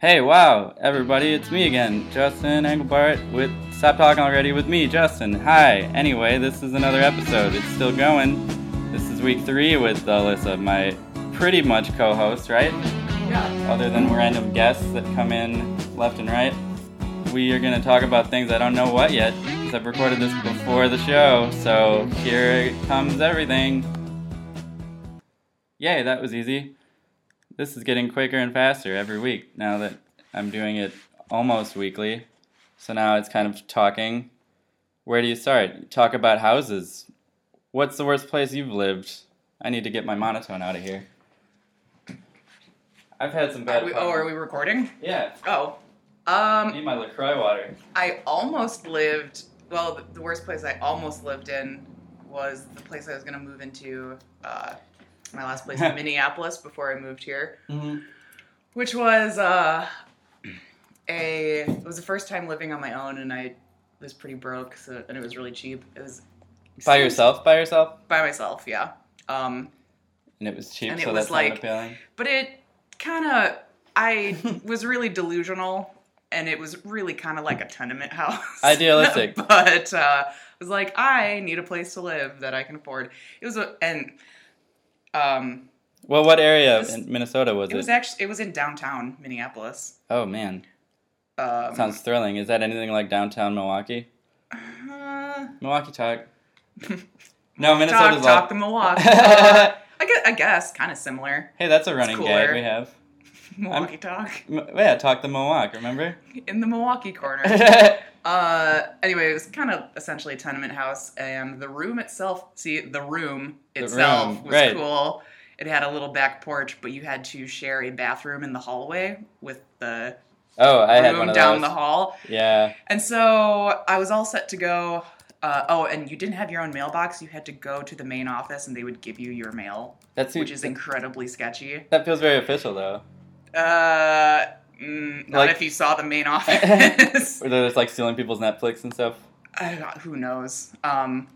Hey, wow, everybody, it's me again, Justin Engelbart, with Stop Talking Already with me, Justin. Hi. Anyway, this is another episode. It's still going. This is week three with Alyssa, my pretty much co host, right? Yeah. Other than random guests that come in left and right. We are going to talk about things I don't know what yet, because I've recorded this before the show, so here comes everything. Yay, that was easy this is getting quicker and faster every week now that I'm doing it almost weekly. So now it's kind of talking. Where do you start? Talk about houses. What's the worst place you've lived? I need to get my monotone out of here. I've had some bad. Are we, oh, are we recording? Yeah, Oh. I Um, need my Lacroix water. I I almost lived. Well, the, the worst place I almost lived in was the place I was going to move into. Uh, my last place in Minneapolis before I moved here, which was uh, a. It was the first time living on my own, and I was pretty broke, so and it was really cheap. It was By yourself, by yourself, By myself, yeah. Um, and it was cheap, And it so was that's like, like- not appealing. but it kind of i was really delusional and it was really kind of like a tenement house Idealistic. but uh I was like i need a place to live that i can afford it was a and um Well, what area was- in Minnesota was it it? was actually it was in downtown minneapolis oh man, um sounds thrilling. Is that anything like downtown Milwaukee? uh, Milwaukee talk. no, talk Minnesota's talk talk, to milwaukee Uh, hey, i guess i guess kind of similar that's a running gag cooler. we have. milwaukee talk M- yeah, talk the Milwaukee. Remember? in the milwaukee corner That's Uh, anyway, it was kind of essentially a tenement house, and the room itself. See, the room The itself room, was right. cool. It had a little back porch, but you had to share a bathroom in the hallway with the oh, I had one room of down the those. hall. Yeah, And so I was all set to go. Uh, oh, and you didn't have your own mailbox. You had to go to the main office, and they would give you your mail, that's which is incredibly sketchy. that feels very official though. Uh, mm, not Like- if you saw the main office. Where they're just like stealing people's Netflix and stuff. I don't, who knows? Um,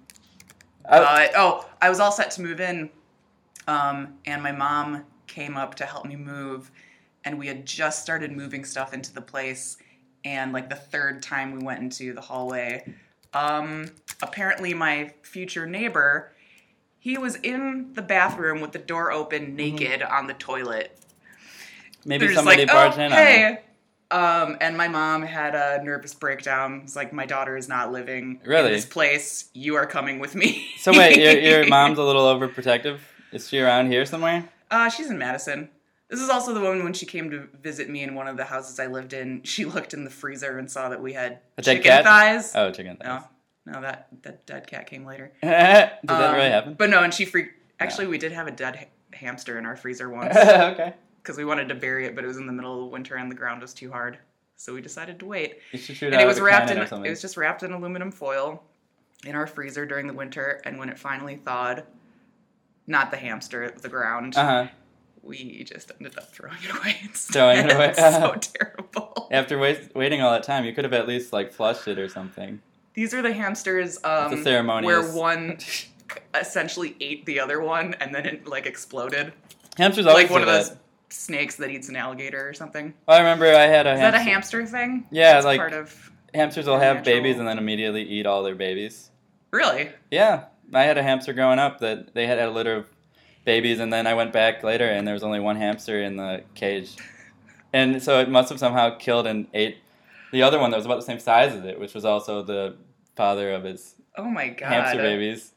I, Uh, oh, I was all set to move in, um, and my mom came up to help me move, and we had just started moving stuff into the place. And like the third time we went into the hallway, um, apparently my future neighbor, he was in the bathroom with the door open, naked on the toilet. Mm-hmm. maybe They're just somebody like, barged oh, in on it. hey. Um, and my mom had a nervous breakdown. It's like my daughter is not living Really? in this place. You are coming with me. So wait, your your mom's a little overprotective. Is she around here somewhere? Uh, she's in Madison. This is also the woman when she came to visit me in one of the houses I lived in. She looked in the freezer and saw that we had A dead chicken cat? thighs. Oh, chicken. No, thighs. no, that that dead cat came later. Did that Um, really happen? But no, and she freaked. Actually, we did have a dead ha- hamster in our freezer once okay. because we wanted to bury it, but it was in the middle of the winter and the ground was too hard, so we decided to wait. You should shoot And out it of was a wrapped cannon in or something. it was just wrapped in aluminum foil in our freezer during the winter. And when it finally thawed, not the hamster, the ground. uh huh. we just ended up throwing it away. Instead. Throwing it away. so terrible. After wait, waiting all that time, you could have at least like flushed it or something. These are the hamsters um, It's a ceremonious- where one essentially ate the other one and then it like exploded, Hamsters always like one do of that. Oh, those snakes that eats an alligator or something. Is I remember I had a that hamster. a hamster thing? Yeah, That's like part of hamsters will have natural- babies and then immediately eat all their babies. really. Yeah, I had a hamster growing up that they had a litter of babies, and then I went back later and there was only one hamster in the cage, and so it must have somehow killed and ate the other one that was about the same size as it, which was also the father of his Oh my god. hamster babies.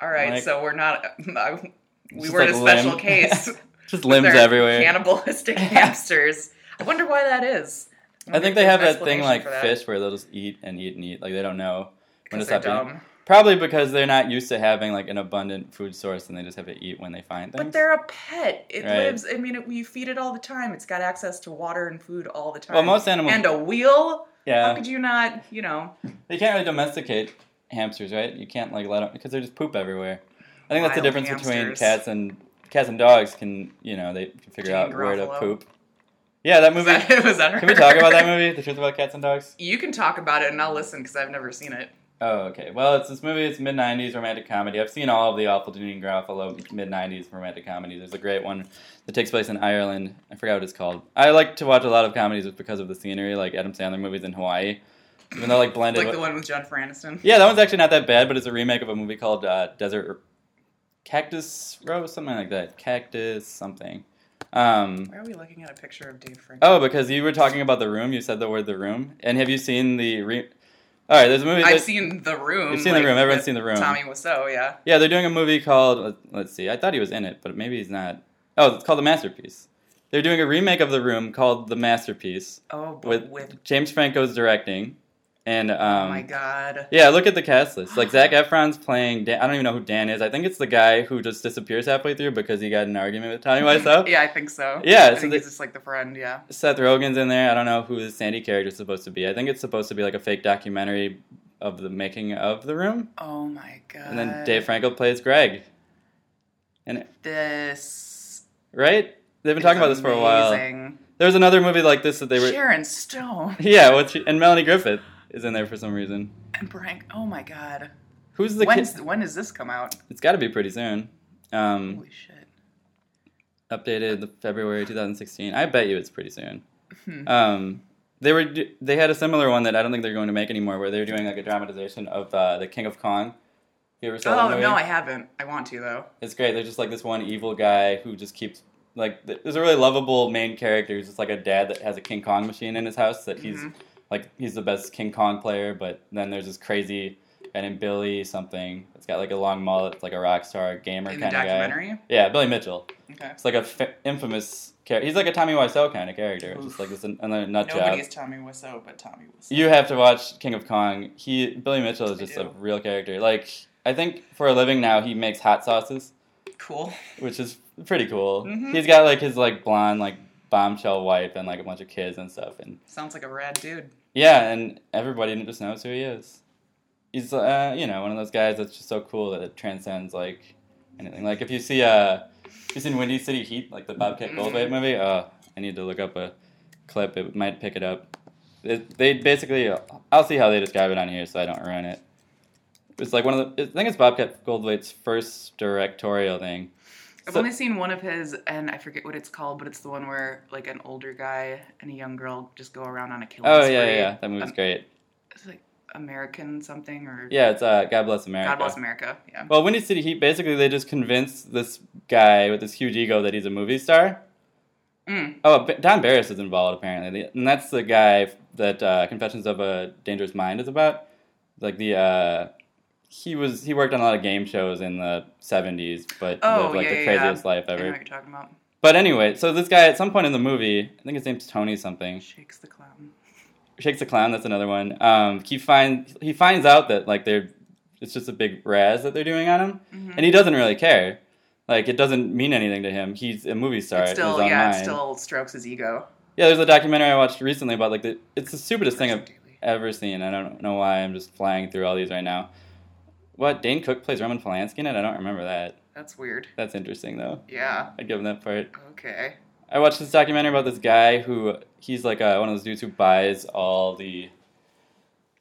All right, Like- so we're not. I, we Just weren't like a special limb. case. Just limbs They're everywhere. Cannibalistic hamsters. I wonder why that is. I wonder if think they there's have an that thing explanation like for that, fish where they'll just eat and eat and eat, like they don't know when 'cause it's they're up. to- dumb. Probably because they're not used to having like an abundant food source, and they just have to eat when they find things. But they're a pet. It Right. lives. I mean, it, you feed it all the time. It's got access to water and food all the time. Well, most animals- And a wheel. How yeah, could you not? You know. they can't really domesticate hamsters, right? You can't like let them because they just poop everywhere. I think that's the Wild difference between hamsters. cats and cats and dogs can you know they can figure out Janine where to Garofalo. poop. Yeah, that Was movie. that, was that Can we her? talk about that movie? The truth about cats and dogs. You can talk about it, and I'll listen because I've never seen it. Oh, okay. Well, it's this movie. It's mid '90s romantic comedy. I've seen all of the awful Judy and Garofalo mid '90s romantic comedy. There's a great one that takes place in Ireland. I forgot what it's called. I like to watch a lot of comedies because of the scenery, like Adam Sandler movies in Hawaii, even though like blended. like with- the one with John Aniston. Yeah, that one's actually not that bad, but it's a remake of a movie called uh, Desert Cactus Rose, something like that. Cactus something. Um, Why are we looking at a picture of Dave Frank? oh, because you were talking about the room. You said the word the room. And have you seen the? Re- All right, there's a movie. I've there's- seen the room. You've seen The Room. Everyone's with seen The Room. Tommy Wiseau, yeah. Yeah, they're doing a movie called. let- Let's see. I thought he was in it, but maybe he's not. Oh, it's called The Masterpiece. They're doing a remake of The Room called The Masterpiece Oh, but with, with, James Franco's directing, and um, oh my god, yeah, look at the cast list. Like Zach Efron's playing. Dan, I don't even know who Dan is. I think it's the guy who just disappears halfway through because he got in an argument with Tommy Wiseau. yeah, I think so. Yeah, I so think they- he's just like the friend. Yeah, Seth Rogen's in there. I don't know who the Sandy character's supposed to be. I think it's supposed to be like a fake documentary of the making of The Room, Oh my god. and then Dave Franco plays Greg. And This. right, they've been talking about this for a while. There was another movie like this that they were. Sharon Stone Yeah, what's she, and Melanie Griffith is in there for some reason. and Brian. Oh my god. Who's the kid? When's, when does this come out? It's got to be pretty soon. Um, Holy shit. updated the February 2016. I bet you it's pretty soon. Hmm. Um, they were do- they had a similar one that I don't think they're going to make anymore, where they're doing like a dramatization of uh, the King of Kong. You ever saw that Oh movie? no, I haven't. I want to though. It's great. There's just like this one evil guy who just keeps like th- there's a really lovable main character who's just like a dad that has a King Kong machine in his house that he's Mhm. like he's the best King Kong player, but then there's this crazy guy named Billy something that's got like a long mullet, that's like a rock star gamer In the kind of guy. documentary. Yeah, Billy Mitchell. Okay. It's like a f- infamous character. He's like a Tommy Wiseau kind of character, It's just Oof. like this an- another nut job. Nobody is Tommy Wiseau, but Tommy Wiseau. You have to watch King of Kong. He Billy Mitchell is I just a do. real character. Like I think for a living now he makes hot sauces, cool. which is pretty cool. Mhm. He's got like his like blonde like bombshell wife and like a bunch of kids and stuff. And Sounds like a rad dude. yeah, and everybody just knows who he is. He's uh, you know one of those guys that's just so cool that it transcends like anything. Like if you see uh, if you seen Windy City Heat, like the Bobcat Mhm. Goldthwait movie. Uh, I need to look up a clip. It might pick it up. It, they basically, I'll see how they describe it on here, so I don't ruin it. It's like one of the. I think it's Bobcat Goldthwait's first directorial thing. I've So- only seen one of his, and I forget what it's called, but it's the one where like an older guy and a young girl just go around on a killing oh spree. yeah, yeah, yeah, that movie's Um, great. It's like American something or Yeah, it's uh, God Bless America. God Bless America. Yeah. Well, Windy City Heat, basically, they just convince this guy with this huge ego that he's a movie star. Mm. Oh, B- Don Barris is involved, apparently. The- And that's the guy that uh, Confessions of a Dangerous Mind is about. Like, the, uh, he was, he worked on a lot of game shows in the 70s, but Oh, lived, like, yeah, the yeah, craziest life I know ever. what you're talking about. But anyway, so this guy, at some point in the movie, I think his name's Tony something, Shakes the clown. Shakes the Clown, that's another one. Um, he, find, he finds out that, like, they're, it's just a big raz that they're doing on him Mhm. and he doesn't really care. Like it doesn't mean anything to him. He's a movie star. It in still, his own yeah, it mind. still strokes his ego. yeah. There's a documentary I watched recently about like the. It's the stupidest thing I've Person daily. ever seen. I don't know why I'm just flying through all these right now. What Dane Cook plays Roman Polanski in it? I don't remember that. That's weird. That's interesting though. Yeah. I give him that part. Okay. I watched this documentary about this guy who he's like uh, one of those dudes who buys all the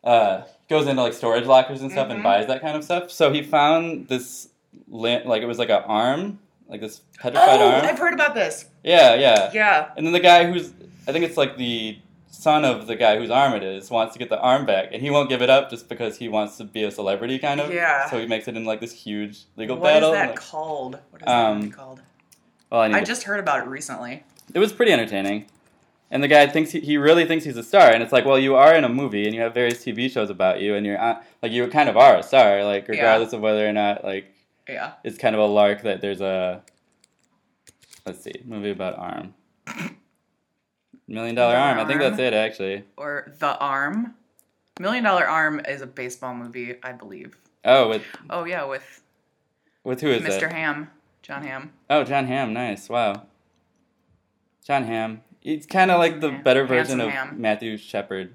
uh, goes into like storage lockers and stuff and Mhm. buys that kind of stuff. So he found this lamp, like it was like an arm, like this petrified oh, arm. I've heard about this. Yeah, yeah, Yeah. And then the guy who's I think it's like the son of the guy whose arm it is wants to get the arm back, and he won't give it up just because he wants to be a celebrity, kind of. Yeah. So he makes it in like this huge legal What is battle. that Like, called? What is Um, that movie called? well, I need I to- just heard about it recently. it was pretty entertaining. And the guy thinks he, he really thinks he's a star, and it's like, well, you are in a movie, and you have various TV shows about you, and you're on, like you kind of are a star, like Yeah. regardless of whether or not like Yeah. it's kind of a lark that there's a let's see movie about arm million dollar arm. I think that's it actually. Or The Arm. Million Dollar Arm is a baseball movie, I believe. Oh, with Oh yeah, with with who is Mr. that? Ham, John Ham. Oh, John Hamm. Nice. Wow. John Hamm. He's kind of like the Hamm. better version Handsome of Hamm. Matthew Shepard.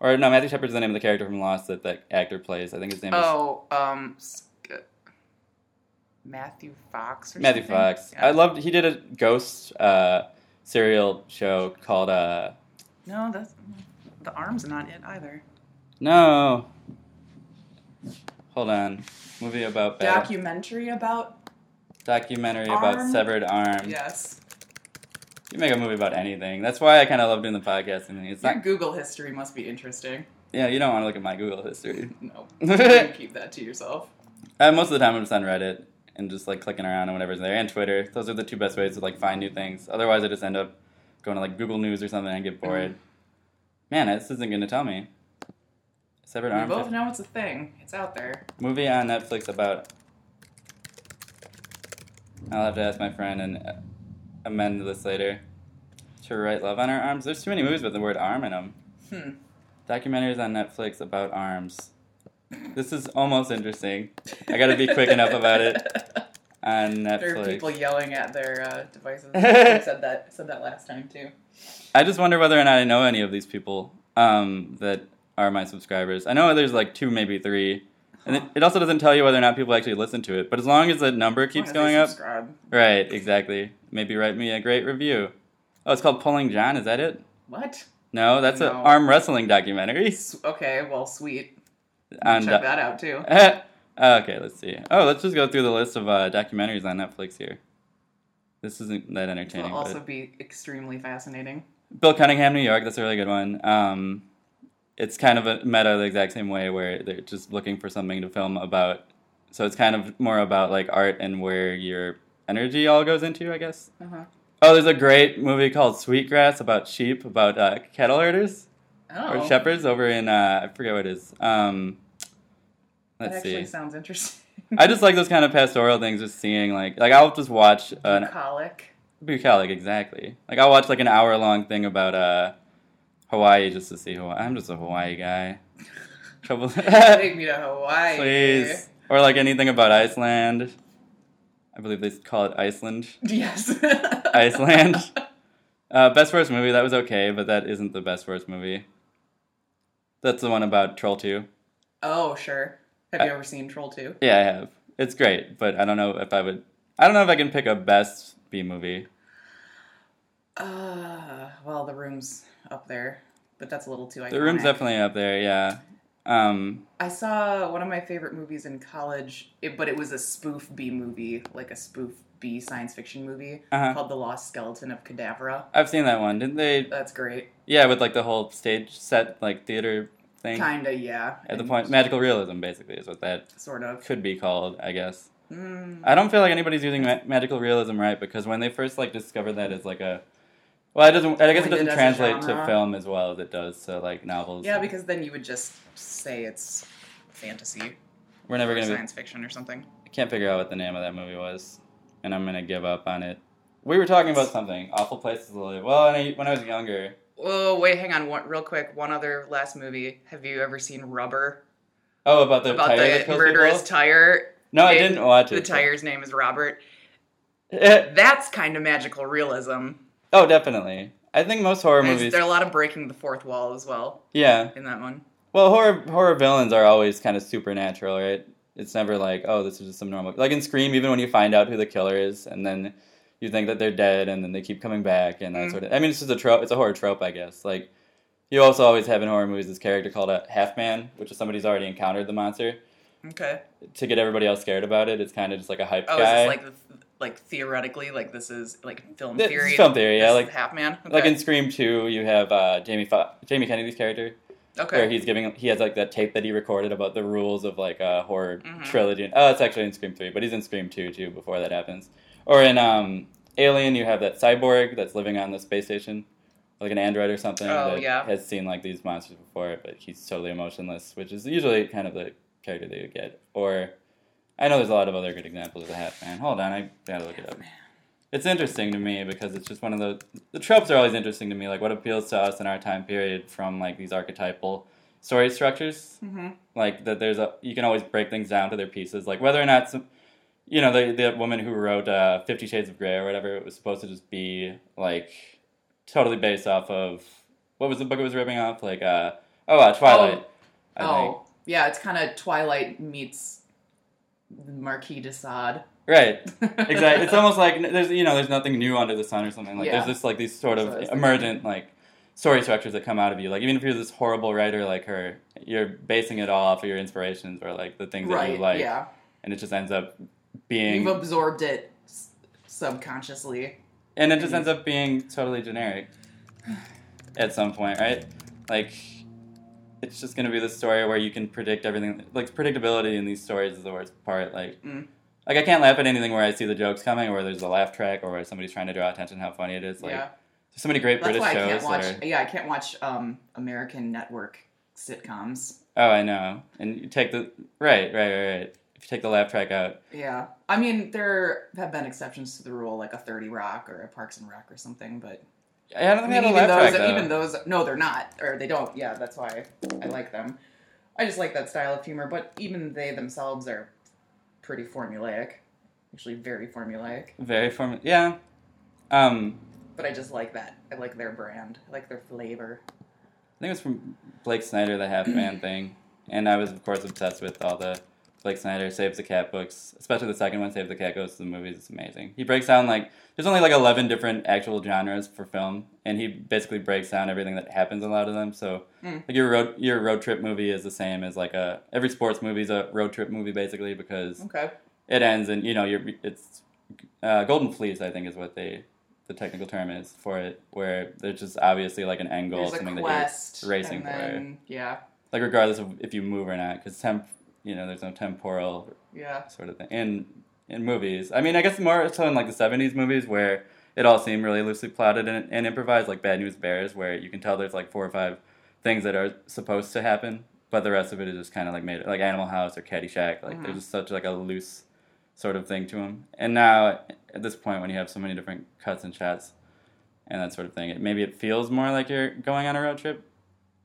Or no, Matthew Shepard's the name of the character from Lost that that actor plays. I think his name is Oh, um, Sc- Matthew Fox. Or Matthew something? Fox. Yeah. I loved. He did a ghost uh, serial show called. Uh, no, that's the arm's not it either. no, Hold on. Movie about battle. Documentary about documentary about Arm. severed arms. yes. You make a movie about anything. That's why I kind of love doing the podcast. I mean, it's Your not. Google history must be interesting. Yeah, you don't want to look at my Google history. No, you uh, keep that to yourself. most of the time, I'm just on Reddit and just like clicking around on whatever's there, and Twitter. Those are the two best ways to like find new things. Otherwise, I just end up going to like Google News or something and get Mm-hmm. bored. Man, this isn't going to tell me. Severed We arms. both know it's a thing. It's out there. movie on Netflix about. I'll have to ask my friend and uh, amend this later. To write love on our arms. There's too many movies with the word arm in them. Hmm. Documentaries on Netflix about arms. This is almost interesting. I gotta be quick enough about it on There are people Netflix. yelling at their uh, devices. I said that said that last time too. I just wonder whether or not I know any of these people um, that are my subscribers. I know there's like two, maybe three. And it, it also doesn't tell you whether or not people actually listen to it. But as long as the number keeps As long as going they up, subscribe. Right, exactly. Maybe write me a great review. Oh, it's called Pulling John. Is that it? What? No, that's an No. arm wrestling documentary. S- Okay, well, sweet. On Check that out too. do- okay, let's see. uh, Oh, let's just go through the list of uh, documentaries on Netflix here. This isn't that It will entertaining. also but- be extremely fascinating. Bill Cunningham, New York. That's a really good one. Um, it's kind of a meta the exact same way where they're just looking for something to film about. So it's kind of more about like art and where your energy all goes into, I guess. Uh-huh. Oh, there's a great movie called Sweetgrass about sheep, about uh, cattle herders Oh, or shepherds over in, uh, I forget what it is. Um, that let's actually see. sounds interesting. I just like those kind of pastoral things, just seeing, like, like I'll just watch an Bucolic. bucolic, exactly. Like, I'll watch, like, an hour long thing about uh, Hawaii just to see Hawaii. I'm just a Hawaii guy. Trouble. Take me to Hawaii. Please. Or, like, anything about Iceland. I believe they call it Iceland. Yes. Iceland. Uh, best worst movie. That was okay, but that isn't the best worst movie. That's the one about Troll Two. Oh, sure. Have you ever seen Troll 2? Yeah, I have. It's great, but I don't know if I would. I don't know if I can pick a best B movie. Uh, well, The Room's up there, but that's a little too iconic. The Room's definitely up there. Yeah. Um. I saw one of my favorite movies in college, it, but it was a spoof B movie, like a spoof B science fiction movie Uh-huh. called The Lost Skeleton of Cadavra. I've seen that one. Didn't they? That's great. Yeah, with like the whole stage set, like theater thing. Kinda, yeah. At the And point, magical realism basically is what that Sort of. could be called, I guess. Mm, I don't feel like anybody's using ma- magical realism right because when they first like discovered that as like a well, it doesn't. I guess it Coined it doesn't as a translate to genre. film as well as it does to like novels. yeah, because then you would just say it's fantasy we're never or gonna. Be, science fiction or something. I can't figure out what the name of that movie was, and I'm gonna give up on it. We were talking about something awful places to live. Well, when I, when I was younger, Oh, wait, hang on. One, real quick, one other last movie. Have you ever seen Rubber? oh, about the About tire that the kills murderous people? tire. no, I it- didn't watch it. The tire's name is Robert. Eh, That's kind of magical realism. oh, definitely. I think most horror There's- movies. There are a lot of breaking the fourth wall as well Yeah. in that one. Well, horror horror villains are always kind of supernatural, right? It's never like, oh, this is just some normal. Like in Scream, even when you find out who the killer is, and then you think that they're dead, and then they keep coming back, and that Mm. sort of. I mean, it's just a trope. It's a horror trope, I guess. Like you also always have in horror movies this character called a half man, which is somebody who's already encountered the monster Okay. to get everybody else scared about it. It's kind of just like a hype Oh, guy. is this like the- like theoretically like this is like film This is theory? film theory, yeah, This like- is Half Man. Okay. Like in Scream Two, you have uh, Jamie Fo- Jamie Kennedy's character. where okay. he's giving he has like that tape that he recorded about the rules of like a horror Mhm. trilogy. Oh, it's actually in Scream three, but he's in Scream two too before that happens. Or in um, Alien, you have that cyborg that's living on the space station, like an android or something Oh, that yeah. has seen like these monsters before, but he's totally emotionless, which is usually kind of the character that you get. Or I know there's a lot of other good examples of the Half Man. Hold on, I gotta look it up. It's interesting to me because it's just one of the the tropes are always interesting to me. Like what appeals to us in our time period from like these archetypal story structures. hmm Like that, there's a you can always break things down to their pieces. Like whether or not some, you know, the the woman who wrote uh, Fifty Shades of Grey or whatever it was supposed to just be like totally based off of what was the book it was ripping off? Like uh, oh, uh, Twilight. I think. Oh, yeah. It's kind of Twilight meets Marquis de Sade. right. exactly. It's almost like n- there's you know there's nothing new under the sun or something. Like Yeah. there's just like these sort So of it's like- emergent like. story structures that come out of you. Like even if you're this horrible writer like her, you're basing it all off of your inspirations or like the things that you right. like, Yeah. and it just ends up You've being absorbed it s- subconsciously. and it just ends up being totally generic at some point, right? Like it's just gonna be the story where you can predict everything. Like predictability in these stories is the worst part. Like. Mm. Like I can't laugh at anything where I see the jokes coming, or where there's a laugh track, or where somebody's trying to draw attention how funny it is. Like yeah. there's so many great That's British why I shows can't watch. that are. Yeah, I can't watch um, American network sitcoms. Oh, I know. And you take the right, right, right, right. If you take the laugh track out, Yeah, I mean there have been exceptions to the rule, like a Thirty Rock or a Parks and Rec or something. But I don't I think mean, they even had a laugh those, track though. even those, no, they're not, or they don't. Yeah, that's why I like them. I just like that style of humor, but even they themselves are pretty formulaic, usually very formulaic. Very form. Yeah. Um, But I just like that. I like their brand. I like their flavor. I think it was from Blake Snyder, the Half Man thing, and I was of course obsessed with all the Blake Snyder Saves the Cat books, especially the second one, Save the Cat Goes to the Movies. It's amazing. He breaks down like there's only like eleven different actual genres for film, and he basically breaks down everything that happens in a lot of them. So Mm. like your road your road trip movie is the same as like a every sports movie is a road trip movie basically because Okay. it ends and you know you're it's uh, golden fleece i think is what they the technical term is for it where there's just obviously like an end goal There's a something that quest, racing and for. then, yeah, you're like regardless of if you move or not because temp you know there's no temporal yeah, sort of thing in in movies i mean i guess more so in like the 70s movies where it all seemed really loosely plotted and, and improvised like bad news bears where you can tell there's like four or five things that are supposed to happen but the rest of it is just kind of like made like animal house or caddyshack like Mhm. there's just such like a loose sort of thing to them and now at this point when you have so many different cuts and shots and that sort of thing it, maybe it feels more like you're going on a road trip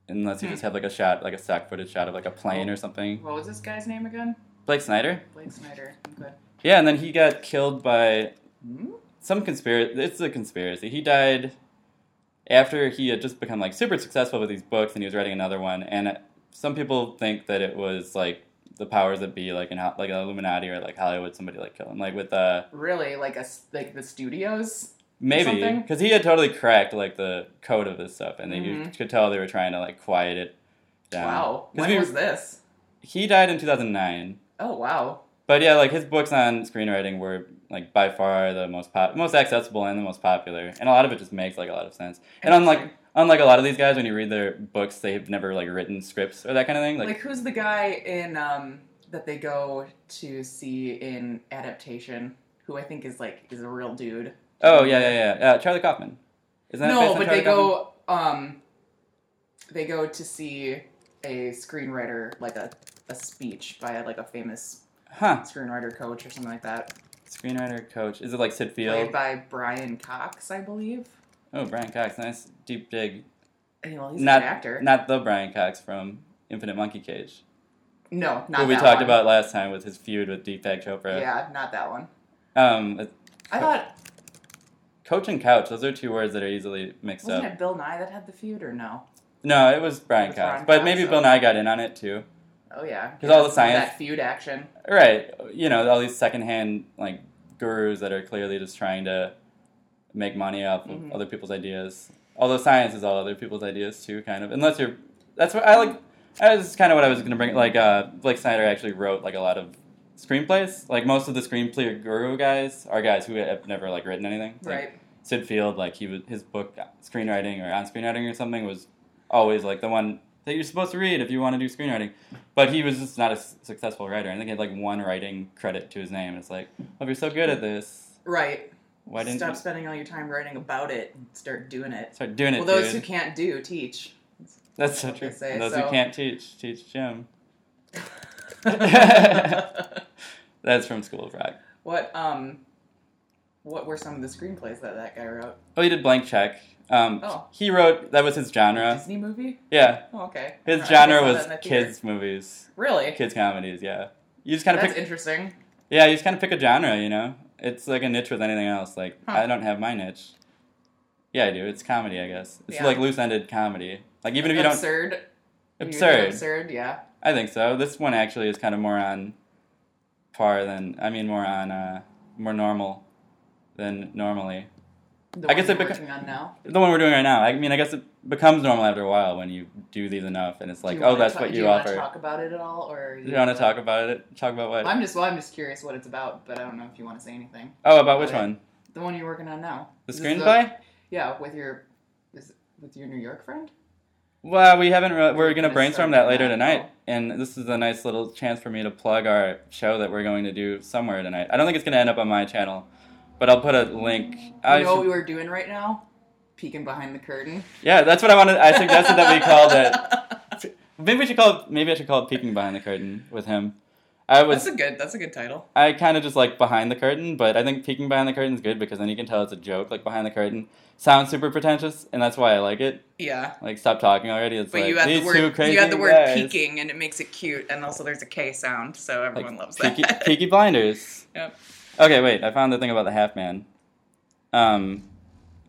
unless you Hmm. just have like a shot like a stock footage shot of like a plane or something What was this guy's name again? blake snyder Blake Snyder. Okay. yeah and then he got killed by Hmm? some conspiracy. It's a conspiracy. He died after he had just become like super successful with these books, and he was writing another one. And uh, some people think that it was like the powers that be, like in Ho- like Illuminati or like Hollywood, somebody like killed him, like with uh Really, like a s- like the studios. maybe Something? because he had totally cracked like the code of this stuff, and they you Mhm. could tell they were trying to like quiet it down. Wow, 'Cause when we- was this? He died in two thousand nine. Oh wow, But yeah, like his books on screenwriting were like by far the most pop, most accessible and the most popular, and a lot of it just makes like a lot of sense. And unlike Interesting. unlike a lot of these guys, when you read their books, they have never like written scripts or that kind of thing. like, Like, who's the guy in um that they go to see in adaptation? Who I think is like is a real dude. oh yeah, yeah, yeah, uh, Charlie Kaufman. Isn't that based no, on but Charlie they go um they go to see a screenwriter like a a speech by like a famous Kaufman? huh? screenwriter coach or something like that, Screenwriter coach. Is it like Sid played Field? by Brian Cox, I believe. Oh, Brian Cox. Nice deep dig. And, well, he's Not an actor. Not the Brian Cox from Infinite Monkey Cage, no, not who we that talked one. about last time with his feud with Deepak Chopra. Yeah, not that one. Um, I thought coach and couch. Those are two words that are easily mixed wasn't up. it Bill Nye that had the feud or no? No, it was Brian It was Cox. Brian but Cox, maybe so- Bill Nye got in on it too. Oh yeah, 'Cause all the Some of science- that feud action. Right. You know, all these secondhand like gurus that are clearly just trying to make money off of Mhm. other people's ideas. Although science is all other people's ideas too, kind of. Unless you're that's what I like that's kind of what I was gonna bring like uh Blake Snyder actually wrote like a lot of screenplays. Like most of the screenplay guru guys are guys who have never like written anything. Like, Right. Sid Field, like he was his book screenwriting or on screenwriting or something was always like the one that you're supposed to read if you want to do screenwriting. But he was just not a s- successful writer. I think he had like one writing credit to his name. And it's like, well, if you're so good at this, Right. why didn't Stop you spending all your time writing about it and start doing it. start doing it? Well, those who dude? can't do, teach. That's so what true. they say, those so- who can't teach, teach Jim. That's from School of Rock. what um what were some of the screenplays that that guy wrote? Oh, he did Blank Check. Um, Oh. He wrote, that was his genre. Disney movie? Yeah. Oh, okay. I His don't know. genre I saw that was in the theater. kids' movies, Really? kids' comedies, yeah. You just kind of That's pick interesting. Yeah, you just kind of pick a genre, you know? It's like a niche with anything else. Like, Huh. I don't have my niche. Yeah, I do. It's comedy, I guess. It's Yeah. like loose ended comedy. Like, even if you don't. absurd. You think Absurd. Absurd. Yeah. I think so. This one actually is kind of more on par than. I mean, more on. Uh, more normal than normally. I The one guess you're it beca- working on now. The one we're doing right now. I mean, I guess it becomes normal after a while when you do these enough, and it's Do like, you oh, wanna that's ta- what do you, wanna offer. talk about it at all, or Do you want to talk about it? Talk about what? I'm just well, I'm just curious what it's about, but I don't know if you want to say anything. oh, about which about it. one? The one you're working on now. The This is screenplay? yeah, with your is, with your New York friend. Well, we haven't. Re- we're gonna gonna brainstorm start that later that. tonight, and this is a nice little chance for me to plug our show that we're going to do somewhere tonight. I don't think it's gonna end up on my channel, but I'll put a link. I you know should- what we were doing right now? Peeking behind the curtain. yeah, that's what I wanted. I suggested that we call that. Maybe we should call. It, maybe I should call it peeking behind the curtain with him. I That's was. a good. That's a good title. I kind of just like behind the curtain, but I think peeking behind the curtain is good because then you can tell it's a joke. Like behind the curtain sounds super pretentious, and that's why I like it. Yeah, Like stop talking already. It's but like you add these the two word crazy you add the word guys. peeking, and it makes it cute. And also, there's a K sound, so everyone loves that. Peaky, Peaky Blinders. Yep. Okay, wait. I found the thing about the half man. Um,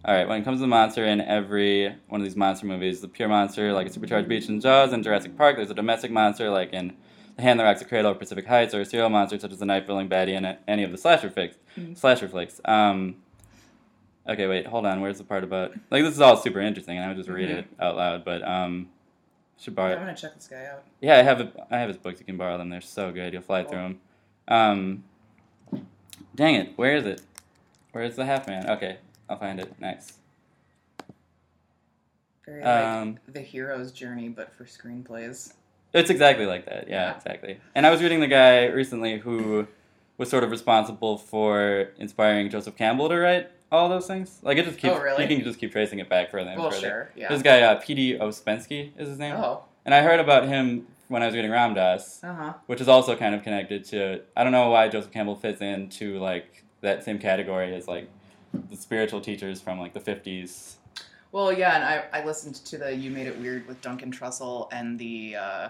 all right. When it comes to the monster in every one of these monster movies, the pure monster like a supercharged beach in Jaws and Jurassic Park. There's a domestic monster like in The Hand that Rocks the Cradle or Pacific Heights, or a serial monster such as the Night Filling Baddie and any of the slasher flicks. Slasher flicks. Um, okay, wait. Hold on. Where's the part about like this is all super interesting, and I would just read Mhm. it out loud, but um, should borrow. I'm gonna check this guy out. Yeah, I have a, I have his books. You can borrow them. They're so good. You'll fly through them. Um, dang it, where is it? Where is the half man? Okay, I'll find it. Nice. Very Um, like the hero's journey, but for screenplays. It's exactly like that. Yeah, Yeah. exactly. And I was reading the guy recently who was sort of responsible for inspiring Joseph Campbell to write all those things. Like it just keeps Oh, really? you can just keep tracing it back further and well, further. sure, yeah. This guy uh, P.D. Ospensky is his name, Oh, and I heard about him when I was reading Ram Dass. uh huh. which is also kind of connected to I don't know why Joseph Campbell fits into like that same category as like the spiritual teachers from like the fifties. Well, yeah, and I, I listened to the You Made It Weird with Duncan Trussell and the uh,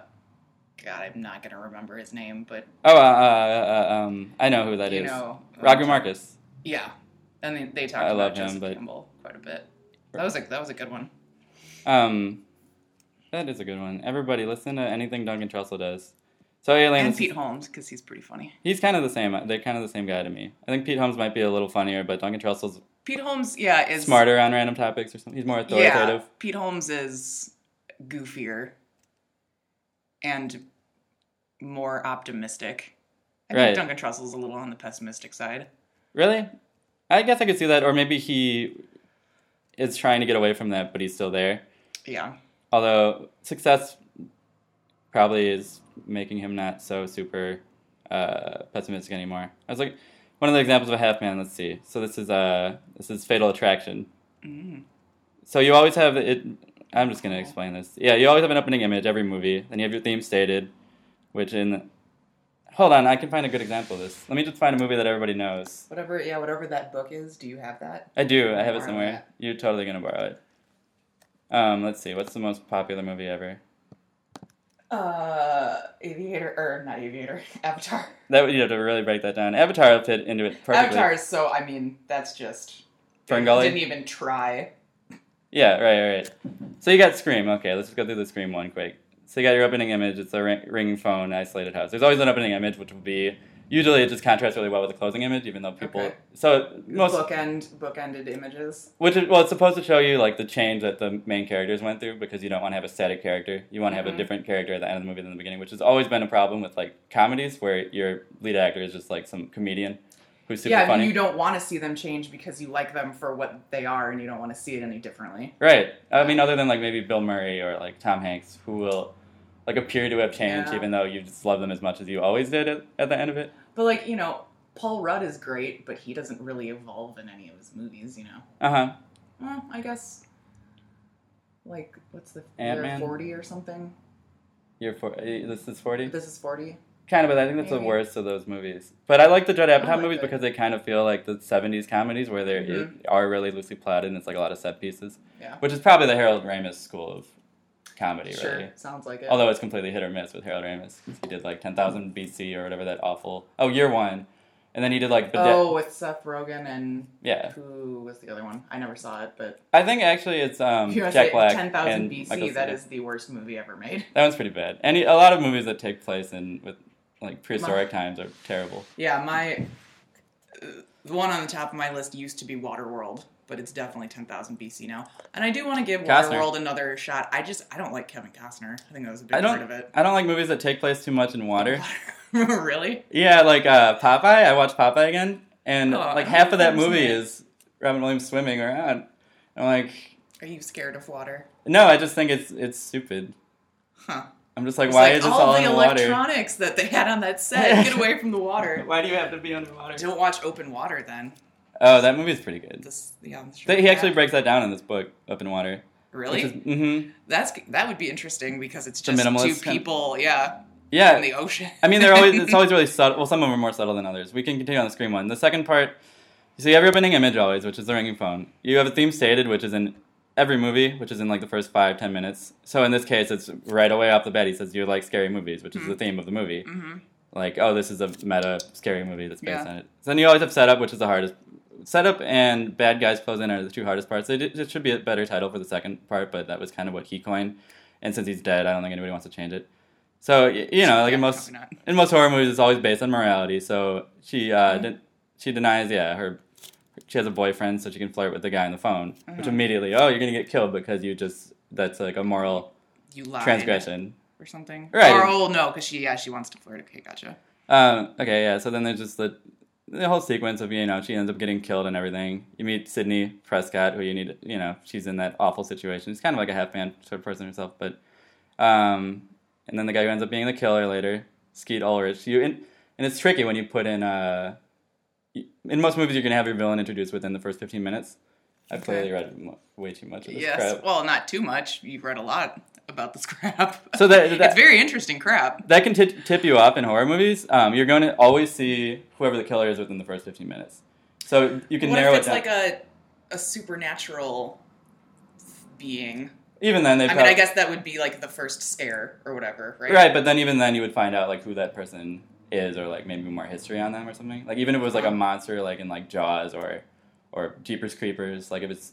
God, I'm not gonna remember his name, but Oh, uh, uh, uh, um, I know who that you is. know, uh, Roger um, Marcus. Yeah, and they, they talked I about love him, Joseph but- Campbell quite a bit. That was like that was a good one. Um, that is a good one. Everybody, listen to anything Duncan Trussell does. So And Alien, this is- Pete Holmes, because he's pretty funny. he's kind of the same. uh, They're kind of the same guy to me. I think Pete Holmes might be a little funnier, but Duncan Trussell's Pete Holmes, yeah, is smarter on random topics or something. He's more Yeah, authoritative. Pete Holmes is goofier and more optimistic. I Right. think Duncan Trussell's a little on the pessimistic side. Really? I guess I could see that, or maybe he is trying to get away from that, but he's still there. Yeah, although success probably is making him not so super uh, pessimistic anymore. I was like, one of the examples of a half man. Let's see. So this is uh this is Fatal Attraction. mm. So you always have it. I'm just gonna explain this. Yeah, you always have an opening image every movie, and you have your theme stated, which in hold on, I can find a good example of this. Let me just find a movie that everybody knows. Whatever, yeah, whatever that book is. Do you have that? I do. I have it Borrow somewhere. that. You're totally gonna borrow it. Um, let's see. What's the most popular movie ever? Uh, Aviator or not Aviator? Avatar. That would you have to really break that down. Avatar fit into it perfectly. Avatar is so. I mean, that's just. Ferngully? Didn't even try. Yeah, right, right. So you got Scream. Okay, let's just go through the Scream one quick. So you got your opening image. It's a ring- ringing phone, isolated house. There's always an opening image, which will be usually it just contrasts really well with the closing image, even though people. Okay. So most bookend bookended images. which is, well, it's supposed to show you like the change that the main characters went through because you don't want to have a static character. You want to have Mhm. a different character at the end of the movie than the beginning, which has always been a problem with like comedies where your lead actor is just like some comedian who's super yeah, I funny. mean, you don't want to see them change because you like them for what they are, and you don't want to see it any differently. Right. I mean, other than like maybe Bill Murray or like Tom Hanks, who will like appear to have changed, Yeah. even though you just love them as much as you always did at, at the end of it. But like, you know, Paul Rudd is great, but he doesn't really evolve in any of his movies. You know, Uh huh. well, I guess. Like, what's the Ant-Man? forty or something? You're for, eh, this is forty. This is forty. Kind of, but I think that's the Maybe. Oh worst of those movies. But I like the Judd Apatow like movies it. because they kind of feel like the '70s comedies where they Mhm. are really loosely plotted and it's like a lot of set pieces, Yeah. which is probably the Harold Ramis school of comedy, Sure, really. sounds like it. Although it's completely hit or miss with Harold Ramis. 'cause He did like 10,000 BC or whatever that awful. Oh, year one. And then he did like. Bede- oh, with Seth Rogen and Yeah. who was the other one? I never saw it, but I think actually it's um, if you Jack Black ten thousand and Michael BC, that Cera. is the worst movie ever made. that one's pretty bad. Any a lot of movies that take place in with like prehistoric times are terrible. Yeah, my uh, the one on the top of my list used to be Waterworld, but it's definitely 10,000 BC now. And I do want to give Costner. Waterworld another shot. I just I don't like Kevin Costner. I think that was a big I part don't. of it. I don't like movies that take place too much in water. really? Yeah, like uh, Popeye. I watched Popeye again, and Oh, like I half of that haven't seen movie it. is Robin Williams swimming around. I'm like, Are you scared of water? no, I just think it's it's stupid. Huh. I'm just like, It's why like is this all, all the in the water? electronics that they had on that set. Get away from the water. Why do you have to be underwater? Don't watch Open Water then. Oh, that movie's pretty good. This yeah. I'm sure They- He that- actually breaks that down in this book, Up in Water. really mm-hmm. that's that would be interesting because it's The just minimalist two kind- people. Yeah, in Yeah, the ocean. I mean, they're always it's always really subtle. Well, some of them are more subtle than others. We can continue on the screen one. The second part, so you have your opening image always, which is the ringing phone. You have a theme stated, which is in every movie, which is in like the first five ten minutes. So in this case, it's right away off the bat. He says you like scary movies, which is the theme of the movie. Mhm. Like, oh, this is a meta scary movie that's based Yeah. on it. So then you always have setup, which is the hardest. Setup and bad guys close in are the two hardest parts. They did, it should be a better title for the second part, but that was kind of what he coined. And since he's dead, I don't think anybody wants to change it. So y- you know, like Yeah, in most probably not. Mm-hmm. in most horror movies, it's always based on morality. So she uh, de- she denies, yeah, her she has a boyfriend, so she can flirt with the guy on the phone, Uh-huh. which immediately, oh, you're gonna get killed because you just that's like a moral you lied transgression. or something. Right. Or oh no, because she yeah she wants to flirt. Okay, gotcha. Um, okay, yeah. So then there's just the the whole sequence of you know she ends up getting killed and everything. You meet Sydney Prescott, who you need, you know, she's in that awful situation. She's kind of like a half man sort of person herself, but um, and then the guy who ends up being the killer later, Skeet Ulrich. You and, and it's tricky when you put in uh, in most movies you're gonna have your villain introduced within the first 15 minutes. I've clearly read mo- way too much of this yes. crap. Well, not too much. You've read a lot about this crap. So that- that- it's very interesting crap. that can t- tip you off in horror movies. Um, you're going to always see whoever the killer is within the first 15 minutes. So you can what narrow if it's it down. like a a supernatural being? even then, they I mean, I guess that would be like the first scare or whatever, right? right, but then even then you would find out like who that person is, or like maybe more history on them or something. Like even if it was like a monster, like in like Jaws or or Jeepers Creepers, like if it's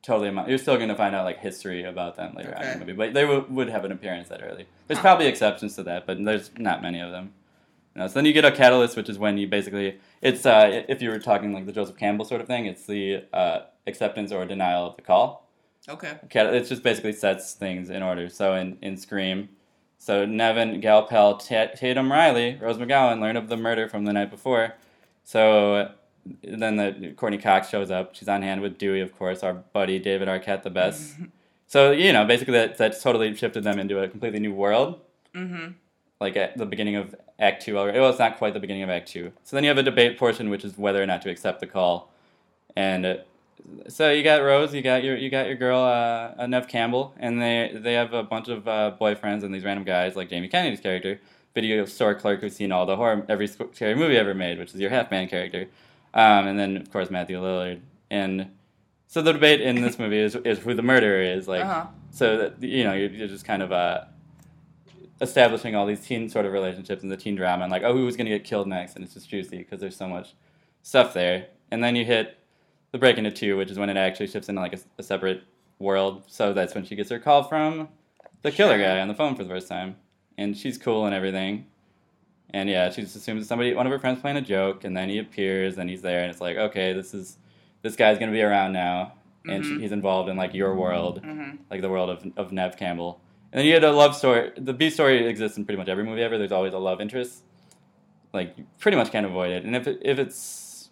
totally a mon- you're still going to find out like history about them later on in Okay. the movie. But they w- would have an appearance that early. There's Huh. probably exceptions to that, but there's not many of them. You know, so then you get a catalyst, which is when you basically it's uh, if you were talking like the Joseph Campbell sort of thing, it's the uh, acceptance or denial of the call. Okay. Cat- it just basically sets things in order. So in, in Scream, so Nevin Galpel, Ta- Tatum Riley, Rose McGowan learn of the murder from the night before. So then the Courtney Cox shows up. She's on hand with Dewey, of course, our buddy David Arquette, the best. so you know, basically that that's totally shifted them into a completely new world. Mm-hmm. Like at the beginning of Act Two, already. well, it's not quite the beginning of Act Two. So then you have a debate portion, which is whether or not to accept the call, and uh, so you got Rose, you got your you got your girl uh, uh, Nev Campbell, and they they have a bunch of uh, boyfriends and these random guys like Jamie Kennedy's character, video store clerk who's seen all the horror every sc- scary movie ever made, which is your half man character, um, and then of course Matthew Lillard. And so the debate in this movie is is who the murderer is, like Uh-huh. so that you know you're, you're just kind of uh, establishing all these teen sort of relationships and the teen drama and like oh who's gonna get killed next, and it's just juicy because there's so much stuff there, and then you hit the break into two, which is when it actually shifts into like a, a separate world. So that's when she gets her call from the killer Sure. guy on the phone for the first time, and she's cool and everything. And yeah, she just assumes somebody, one of her friends, playing a joke, and then he appears, and he's there, and it's like, okay, this is this guy's gonna be around now, and she, he's involved in like your world, Mhm. like the world of of Nev Campbell. And then you had a love story. The B story exists in pretty much every movie ever. There's always a love interest. Like you pretty much can't avoid it. And if it, if it's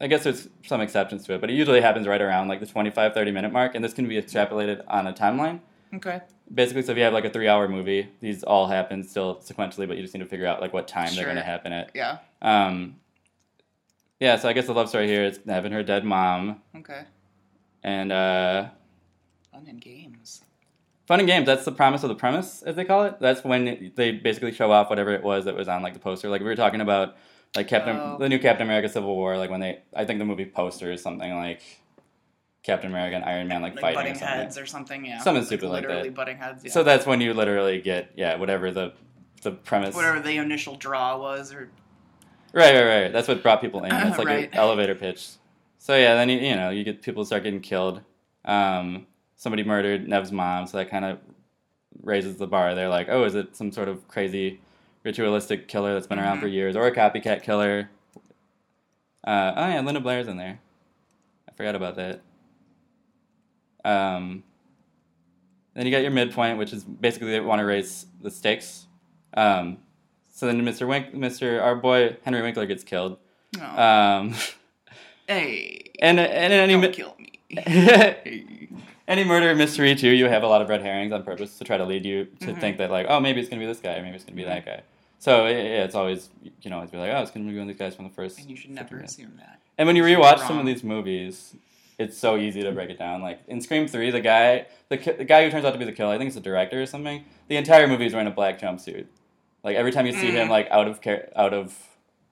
I guess there's some exceptions to it, but it usually happens right around like the 25, 30 minute mark, and this can be extrapolated on a timeline. Okay. Basically, so if you have like a three hour movie, these all happen still sequentially, but you just need to figure out like what time they're Sure. going to happen at. Yeah. Um, yeah, so I guess the love story here is having her dead mom Okay. and uh, Fun and games. fun and games. That's the promise of the premise, as they call it. That's when they basically show off whatever it was that was on like the poster. Like we were talking about, like Captain, Oh. the new Captain America Civil War. Like when they, I think the movie poster is something like Captain America and Iron Man like, Like fighting or butting something. heads or something. Yeah. Something stupid like literally that. butting heads. Yeah. So that's when you literally get yeah whatever the the premise. whatever the initial draw was, or Right, right, right. That's what brought people in. That's like Right. an elevator pitch. So yeah, then you, you know you get people start getting killed. Um, somebody murdered Nev's mom, so that kind of raises the bar. They're like, oh, is it some sort of crazy ritualistic killer that's been around for Mm-hmm. years, or a copycat killer? Uh, oh yeah, Linda Blair's in there. I Forgot about that. Um, then you got your midpoint, which is basically they want to raise the stakes. Um, so then Mr. Wink, Mr. Our boy Henry Winkler gets killed. No. Um, hey, and and any don't mi- kill me. any murder mystery too, you have a lot of red herrings on purpose to try to lead you to Mhm. think that like, oh, maybe it's gonna be this guy, or maybe it's gonna be Mm-hmm. that guy. So yeah, yeah, it's always you can always be like, oh, it's gonna be one of these guys from the first. And you should never freaking- assume that. And when you rewatch some wrong. of these movies, it's so easy to break it down. Like in Scream Three, the guy, the, ki- the guy who turns out to be the killer, I think it's the director or something. The entire movie is wearing a black jumpsuit. Like every time you see Mm. him, like out of care, out of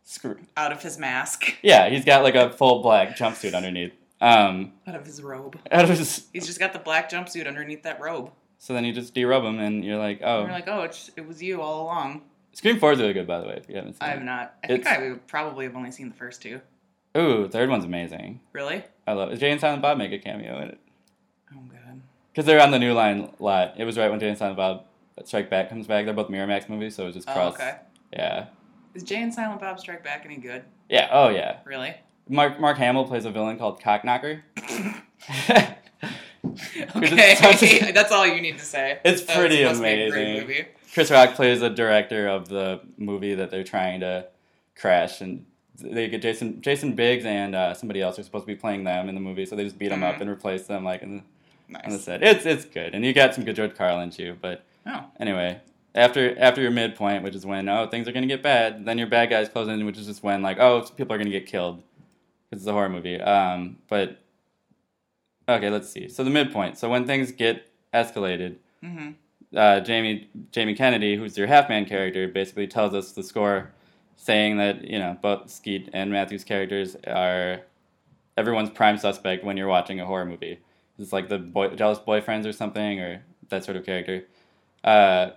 screw. Out of his mask, Yeah, he's got like a full black jumpsuit underneath. Um, out of his robe. out of his He's just got the black jumpsuit underneath that robe. So then you just derub them, and you're like, oh. And you're like, oh, it's, it was you all along. Scream 4 is really good, by the way, if you haven't seen I have it. not. I think It's- I would probably have only seen the first two. Ooh, third one's amazing. Really? I love it. Jay and Silent Bob make a cameo in it. Oh god. Because they're on the New Line lot. It was right when Jay and Silent Bob uh, Strike Back comes back. They're both Miramax movies, so it was just Oh, cross. okay. Yeah. Is Jay and Silent Bob Strike Back any good? Yeah, oh yeah. Really? Mark Mark Hamill plays a villain called Cockknocker. Okay, that's all you need to say. It's That was pretty supposed to be a great amazing. movie. Chris Rock plays the director of the movie that they're trying to crash, and they get Jason Jason Biggs and uh, somebody else are supposed to be playing them in the movie, so they just beat them up Mhm. and replace them like in the, on the Nice. set. It's it's good, and you got some good George Carlin too. But Oh, anyway, after after your midpoint, which is when oh things are gonna get bad, then your bad guys close in, which is just when like oh people are gonna get killed because it's a horror movie. Um, but okay, let's see. So the midpoint. So when things get escalated, mm-hmm. uh, Jamie Jamie Kennedy, who's your half man character, basically tells us the score, saying that you know both Skeet and Matthew's characters are everyone's prime suspect when you're watching a horror movie. It's like the boy, jealous boyfriends or something, or that sort of character. Uh,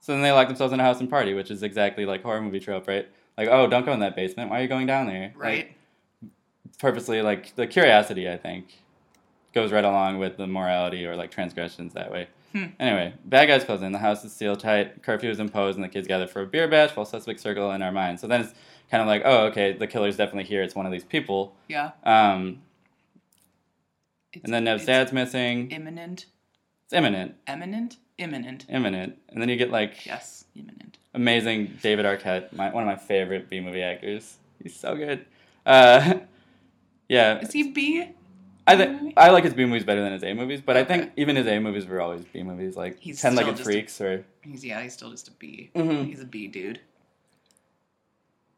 so then they lock themselves in a house and party, which is exactly like horror movie trope, right? Like, oh, don't go in that basement. Why are you going down there? right. Like, purposely, like the curiosity, I think, goes right along with the morality or like transgressions that way. Hmm. Anyway, bad guys close in. The house is sealed tight. Curfew is imposed, and the kids gather for a beer bash while suspects circle in our minds. So then it's kind of like, oh, okay, the killer's definitely here. It's one of these people. yeah. Um, It's- and then Nev's it's dad's missing. imminent, It's imminent, eminent, imminent. imminent. And then you get like Yes, imminent. amazing David Arquette, my, one of my favorite B movie actors. He's so good. Uh, yeah, Is he B? I B movie? think I like his B movies better than his A movies, but I think Okay. even his A movies were always B movies, like He's Ten Legged still just a- Freaks, Mm-hmm. or He's yeah. He's still just a B. Mhm. He's a B dude.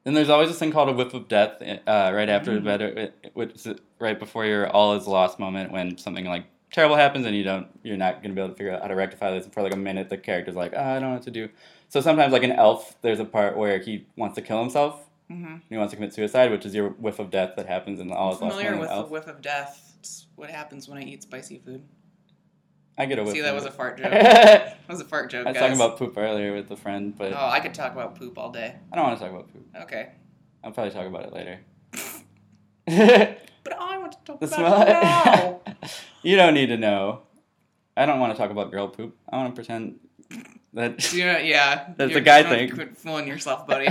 then there's always this thing called a whiff of death, uh, right after Mm. better, uh, which is right before your all is lost moment when something like terrible happens and you don't, you're not gonna be able to figure out how to rectify this. And for like a minute, the character's like, "Ah, I don't know what to do. So sometimes, like an elf, there's a part where he wants to kill himself. Mm-hmm. and He wants to commit suicide, which is your whiff of death that happens in the all I'm is lost familiar moment. with the elf. whiff of death. It's what happens when I eat spicy food. I get a whiff. See, that of was a it. fart joke. that I was a fart joke. was guys. talking about poop earlier with a friend, but Oh, I could talk about poop all day. I don't want to talk about poop. Okay. I'll probably talk about it later. But I want to talk the about smell. it now. you don't need to know. I don't want to talk about girl poop. I want to pretend that. Do you know, yeah. That's You're- a guy you don't thing. Quit fooling yourself, buddy.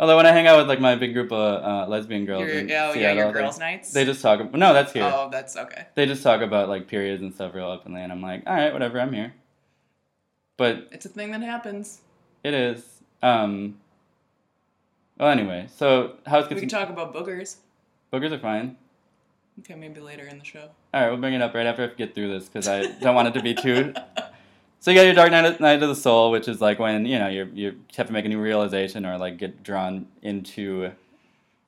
Although when I hang out with like my big group of uh, lesbian girls, Your, oh, in yeah, Seattle, your like, girls' nights? They just talk. No, that's here. Oh, that's okay. They just talk about like periods and stuff real openly, and I'm like, all right, whatever, I'm here. But It's a thing that happens. it is. Um, well, anyway, so house We gets can talk about boogers. boogers are fine. Okay, maybe later in the show. All right, we'll bring it up right after I get through this because I don't want it to be too. So you got your Dark Night of, Night of the Soul, which is like when you know you you have to make a new realization or like get drawn into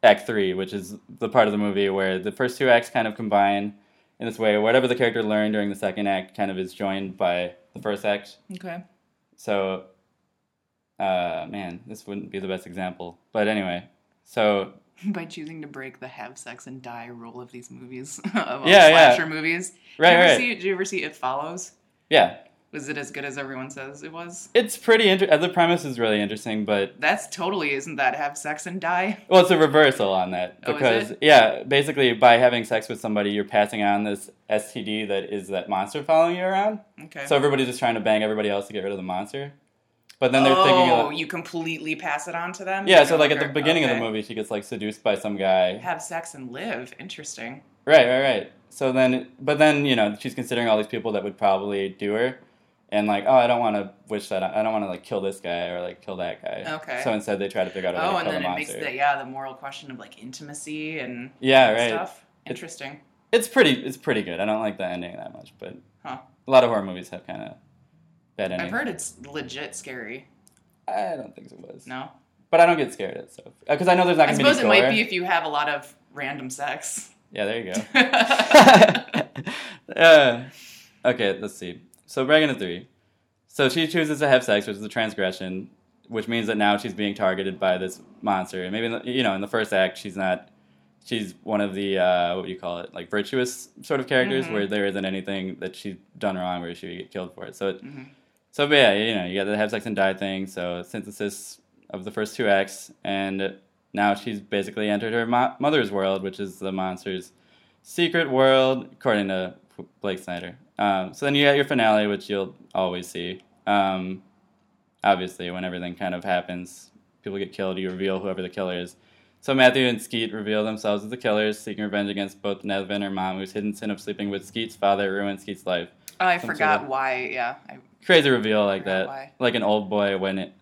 Act Three, which is the part of the movie where the first two acts kind of combine in this way. Whatever the character learned during the second act kind of is joined by the first act. Okay. So, uh, man, this wouldn't be the best example, but anyway. So By choosing to break the have sex and die rule of these movies, of all Yeah, yeah. slasher movies. right, did you ever right, See, did you ever see It Follows? yeah, Was it as good as everyone says it was? it's pretty. Inter- the premise is really interesting, but That's totally isn't that have sex and die? Well, it's a reversal on that Oh, is because yeah, basically by having sex with somebody, you're passing on this STD that is that monster following you around. Okay. So everybody's just trying to bang everybody else to get rid of the monster. But then they're thinking oh, of you completely pass it on to them. yeah. You So no like at the longer- beginning of okay. the movie, she gets like seduced by some guy. have sex and live. Interesting. Right, right, right. So then, but then you know she's considering all these people that would probably do her, and like, oh, I don't want to wish that. I don't want to like kill this guy or like kill that guy. Okay. So instead, they try to figure out a way oh, to and kill then the it makes monster. the yeah the moral question of like intimacy and yeah, right. stuff. Interesting. It's pretty. It's pretty good. I don't like the ending that much, but Huh. a lot of horror movies have kind of bad endings. I've heard it's legit scary. I don't think it was. No, But I don't get scared at stuff because uh, I know there's not I gonna be any suppose it might gore. be if you have a lot of random sex. Yeah, there you go. yeah, uh, okay, let's see. So Reagan is three. So she chooses to have sex, which is a transgression, which means that now she's being targeted by this monster. And maybe in the, you know, in the first act, she's not. She's one of the uh, what do you call it, like virtuous sort of characters, Mhm. where there isn't anything that she's done wrong where she would get killed for it. So, it, Mhm. so but yeah, you know, you got the have sex and die thing. So synthesis of the first two acts, and now she's basically entered her mo- mother's world, which is the monsters Secret World, according to P- Blake Snyder. Um, so then you got your finale, which you'll always see. Um, obviously, when everything kind of happens, people get killed, you reveal whoever the killer is. So Matthew and Skeet reveal themselves as the killers, seeking revenge against both Nevin and her mom, whose hidden sin of sleeping with Skeet's father ruined Skeet's life. I Some sort forgot of- why. Yeah, I, Crazy reveal like Forgot that. why. Like an old boy when it.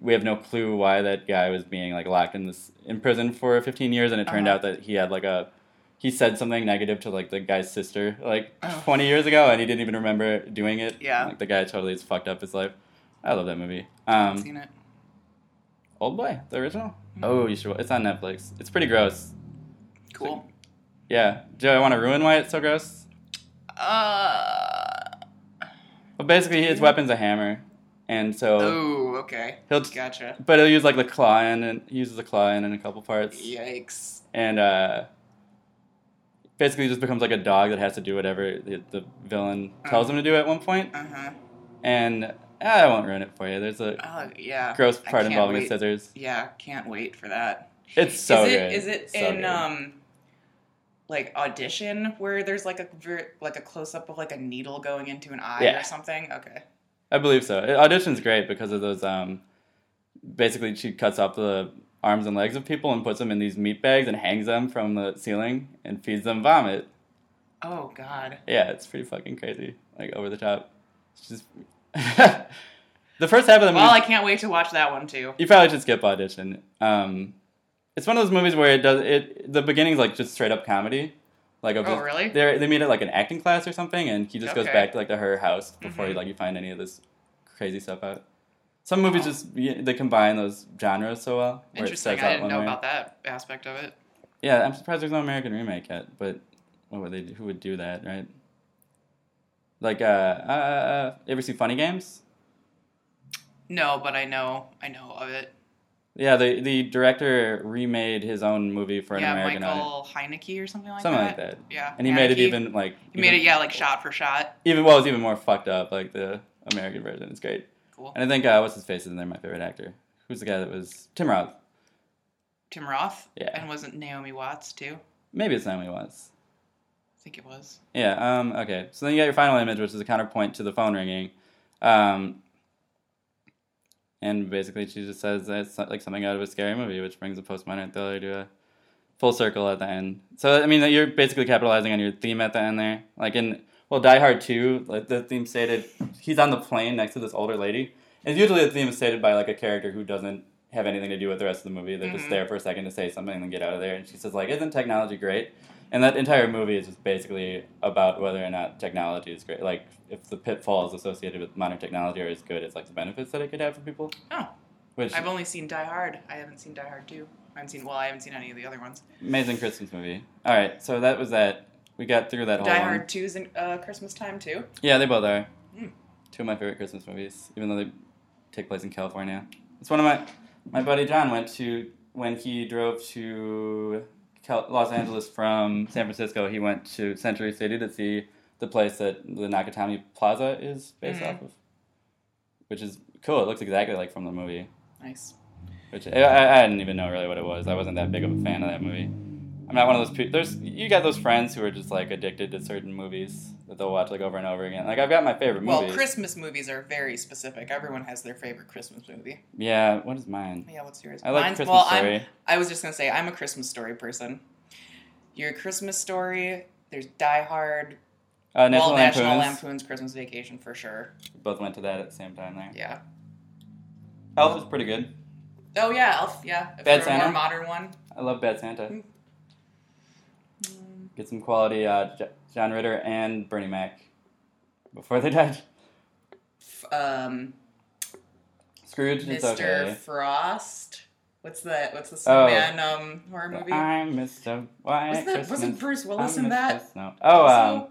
We have no clue why that guy was being like locked in this in prison for 15 years, and it turned Uh-huh. out that he had like a he said something negative to like the guy's sister like Oh. 20 years ago and he didn't even remember doing it Yeah. like the guy totally has fucked up his life i love that movie um haven't seen it. old boy the original Mm-hmm. oh you should it's on netflix it's pretty gross Cool. yeah do i want to ruin why it's so gross Uh, well basically his weapon's a hammer and so oh, okay. he'll Gotcha. but he'll use like the claw end and he uses the claw end in a couple parts Yikes. and uh basically just becomes like a dog that has to do whatever the, the villain tells him to do at one point Uh huh. and ah, I won't ruin it for you. There's a Oh, yeah. gross I part can't involving wait. the scissors. Yeah, can't wait for that. It's so is it good. is it So in good. um like audition where there's like a ver- like a close up of like a needle going into an eye Yeah. or something? Okay. I believe so. It- Audition's great because of those. Um, basically, she cuts off the arms and legs of people and puts them in these meat bags and hangs them from the ceiling and feeds them vomit. Oh God. Yeah, it's pretty fucking crazy. Like over the top. It's just the first half of the movie. Well, I can't wait to watch that one too. you probably should skip audition. Um, it's one of those movies where it does it. The beginning's like just straight up comedy, like of Oh, just- really? They they meet at like an acting class or something, and he just goes Okay. back to like to her house before Mhm. like you find any of this crazy stuff out. Some movies Wow. just y- they combine those genres so well. where it Oh. Interesting. starts I out didn't one know way. about that aspect of it. Yeah, I'm surprised there's no American remake yet. But what would they? do- Who would do that, right? Like, uh, uh, uh, you ever see Funny Games? No, but I know I know of it. Yeah, the the director remade his own movie for an yeah, American audience. Michael Heineke or something like something that. like that. Yeah. And he made it Haneke. even like He made it even- yeah like shot for shot. even well, it's even more fucked up. Like the American version, it's great. Cool. And I think uh, what's his face is in there, my favorite actor. Who's the guy that was Tim Roth? Tim Roth. Yeah. And wasn't Naomi Watts too? Maybe it's Naomi Watts. I think it was. Yeah. Um. Okay. So then you got your final image, which is a counterpoint to the phone ringing. Um. And basically, she just says that it's like something out of a scary movie, which brings a postmodern thriller to a full circle at the end. So I mean, you're basically capitalizing on your theme at the end there. Like in well, Die Hard Two, like the theme stated, he's on the plane next to this older lady, and usually the theme is stated by like a character who doesn't have anything to do with the rest of the movie. They're Mhm. just there for a second to say something and then get out of there. And she says like, "Isn't technology great?" And that entire movie is just basically about whether or not technology is great. Like, if the pitfalls associated with modern technology are as good as like the benefits that it could have for people. Oh. Which I've only seen Die Hard. I haven't seen Die Hard 2. I haven't seen, well, I haven't seen any of the other ones. amazing Christmas movie. All right, so that was that. We got through that whole. Die one. Hard 2 is in uh, Christmas time, too. Yeah, they both are. Mm. Two of my favorite Christmas movies, even though they take place in California. It's one of my my buddy John went to when he drove to Cal- Los Angeles from San Francisco. He went to Century City to see the place that the Nakatomi Plaza is based Mhm. off of, which is cool. It looks exactly like from the movie. Nice. Which I, I I didn't even know really what it was. I wasn't that big of a fan of that movie. I'm not one of those people. There's you got those friends who are just like addicted to certain movies that they'll watch like over and over again. Like I've got my favorite movie. Well, Christmas movies are very specific. Everyone has their favorite Christmas movie. yeah, what is mine? Yeah, what's yours? I like Mine's- Christmas well, I'm- Story. I was just gonna say I'm a Christmas story person. Your Christmas story. There's Die Hard. Uh, National, well, National Lampoons. Lampoon's Christmas Vacation for sure. Both went to that at the same time there. Yeah. Elf is pretty good. Oh yeah, Elf. Yeah, If Bad for a Santa? more modern one. I love Bad Santa. Mm. Get some quality uh, J- John Ritter and Bernie Mac before they died. F- Um, Scrooge is Mr. okay. Frost. What's the What's the Oh. snowman um, horror movie? I'm Mr. White. Wasn't that Wasn't Christmas. Bruce Willis I'm in Mr. that? Snow. Oh, um, Also,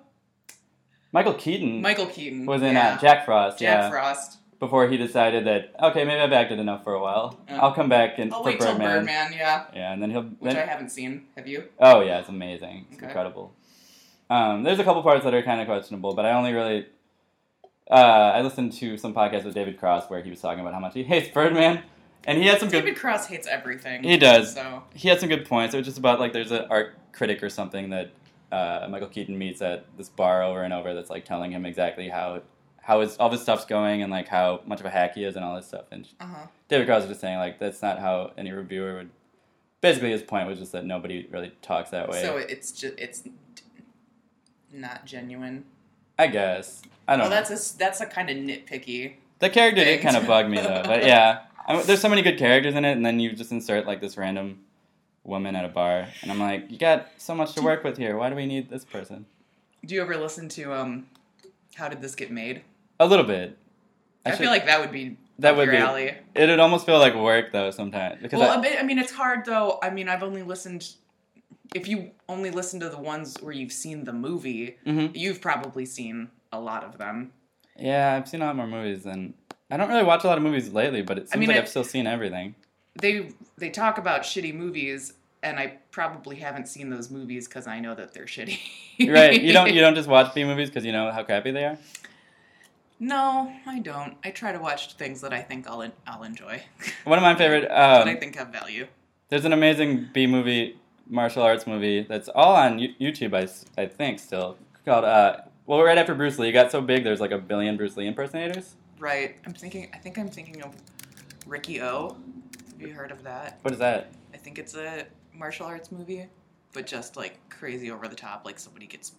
Michael Keaton Michael Keaton was in yeah. uh, Jack Frost. Jack yeah, Frost. before he decided that okay, maybe I've acted enough for a while. Yeah. I'll come back and I'll for wait till Birdman. yeah, Yeah, and then he'll. which then- I haven't seen. Have you? Oh yeah, it's amazing. It's Okay. incredible. Um, there's a couple parts that are kind of questionable, but I only really. Uh, I listened to some podcast with David Cross where he was talking about how much he hates Birdman, and he had some good. David Cross hates everything. He does. So He had some good points. It was just about like there's an art critic or something that uh, Michael Keaton meets at this bar over and over that's like telling him exactly how how his all this stuff's going and like how much of a hack he is and all this stuff. And uh huh. David Cross was just saying like that's not how any reviewer would. Basically, his point was just that nobody really talks that way. So it's just it's not genuine. I guess I don't. Well, know. Oh, that's a s- that's a kind of nitpicky. The character did things. kind of bug me though, but yeah, I mean, there's so many good characters in it, and then you just insert like this random woman at a bar, and I'm like, you got so much to work with here. Why do we need this person? Do you ever listen to um, How did this get made? A little bit. I, should- feel like that would be That up would your be- alley. it would almost feel like work though sometimes because Well, I- I, mean, I mean, it's hard though. I mean, I've only listened. If you only listen to the ones where you've seen the movie, Mhm. you've probably seen a lot of them. yeah, I've seen a lot more movies than I don't really watch a lot of movies lately, but it seems mean, like I- I've still seen everything. They they talk about shitty movies, and I probably haven't seen those movies because I know that they're shitty. right? You don't you don't just watch B movies because you know how crappy they are. No, I don't. I try to watch things that I think I'll en- I'll enjoy, One of my favorite. that I Um, think have value. There's an amazing B movie, martial arts movie that's all on Yo- YouTube, I, s- I think, still called. Uh, well, right after Bruce Lee got so big, there's like a billion Bruce Lee impersonators. Right. I'm thinking. I think I'm thinking of Ricky O. Have you heard of that? What is that? I think it's a martial arts movie, but just like crazy over the top, like somebody gets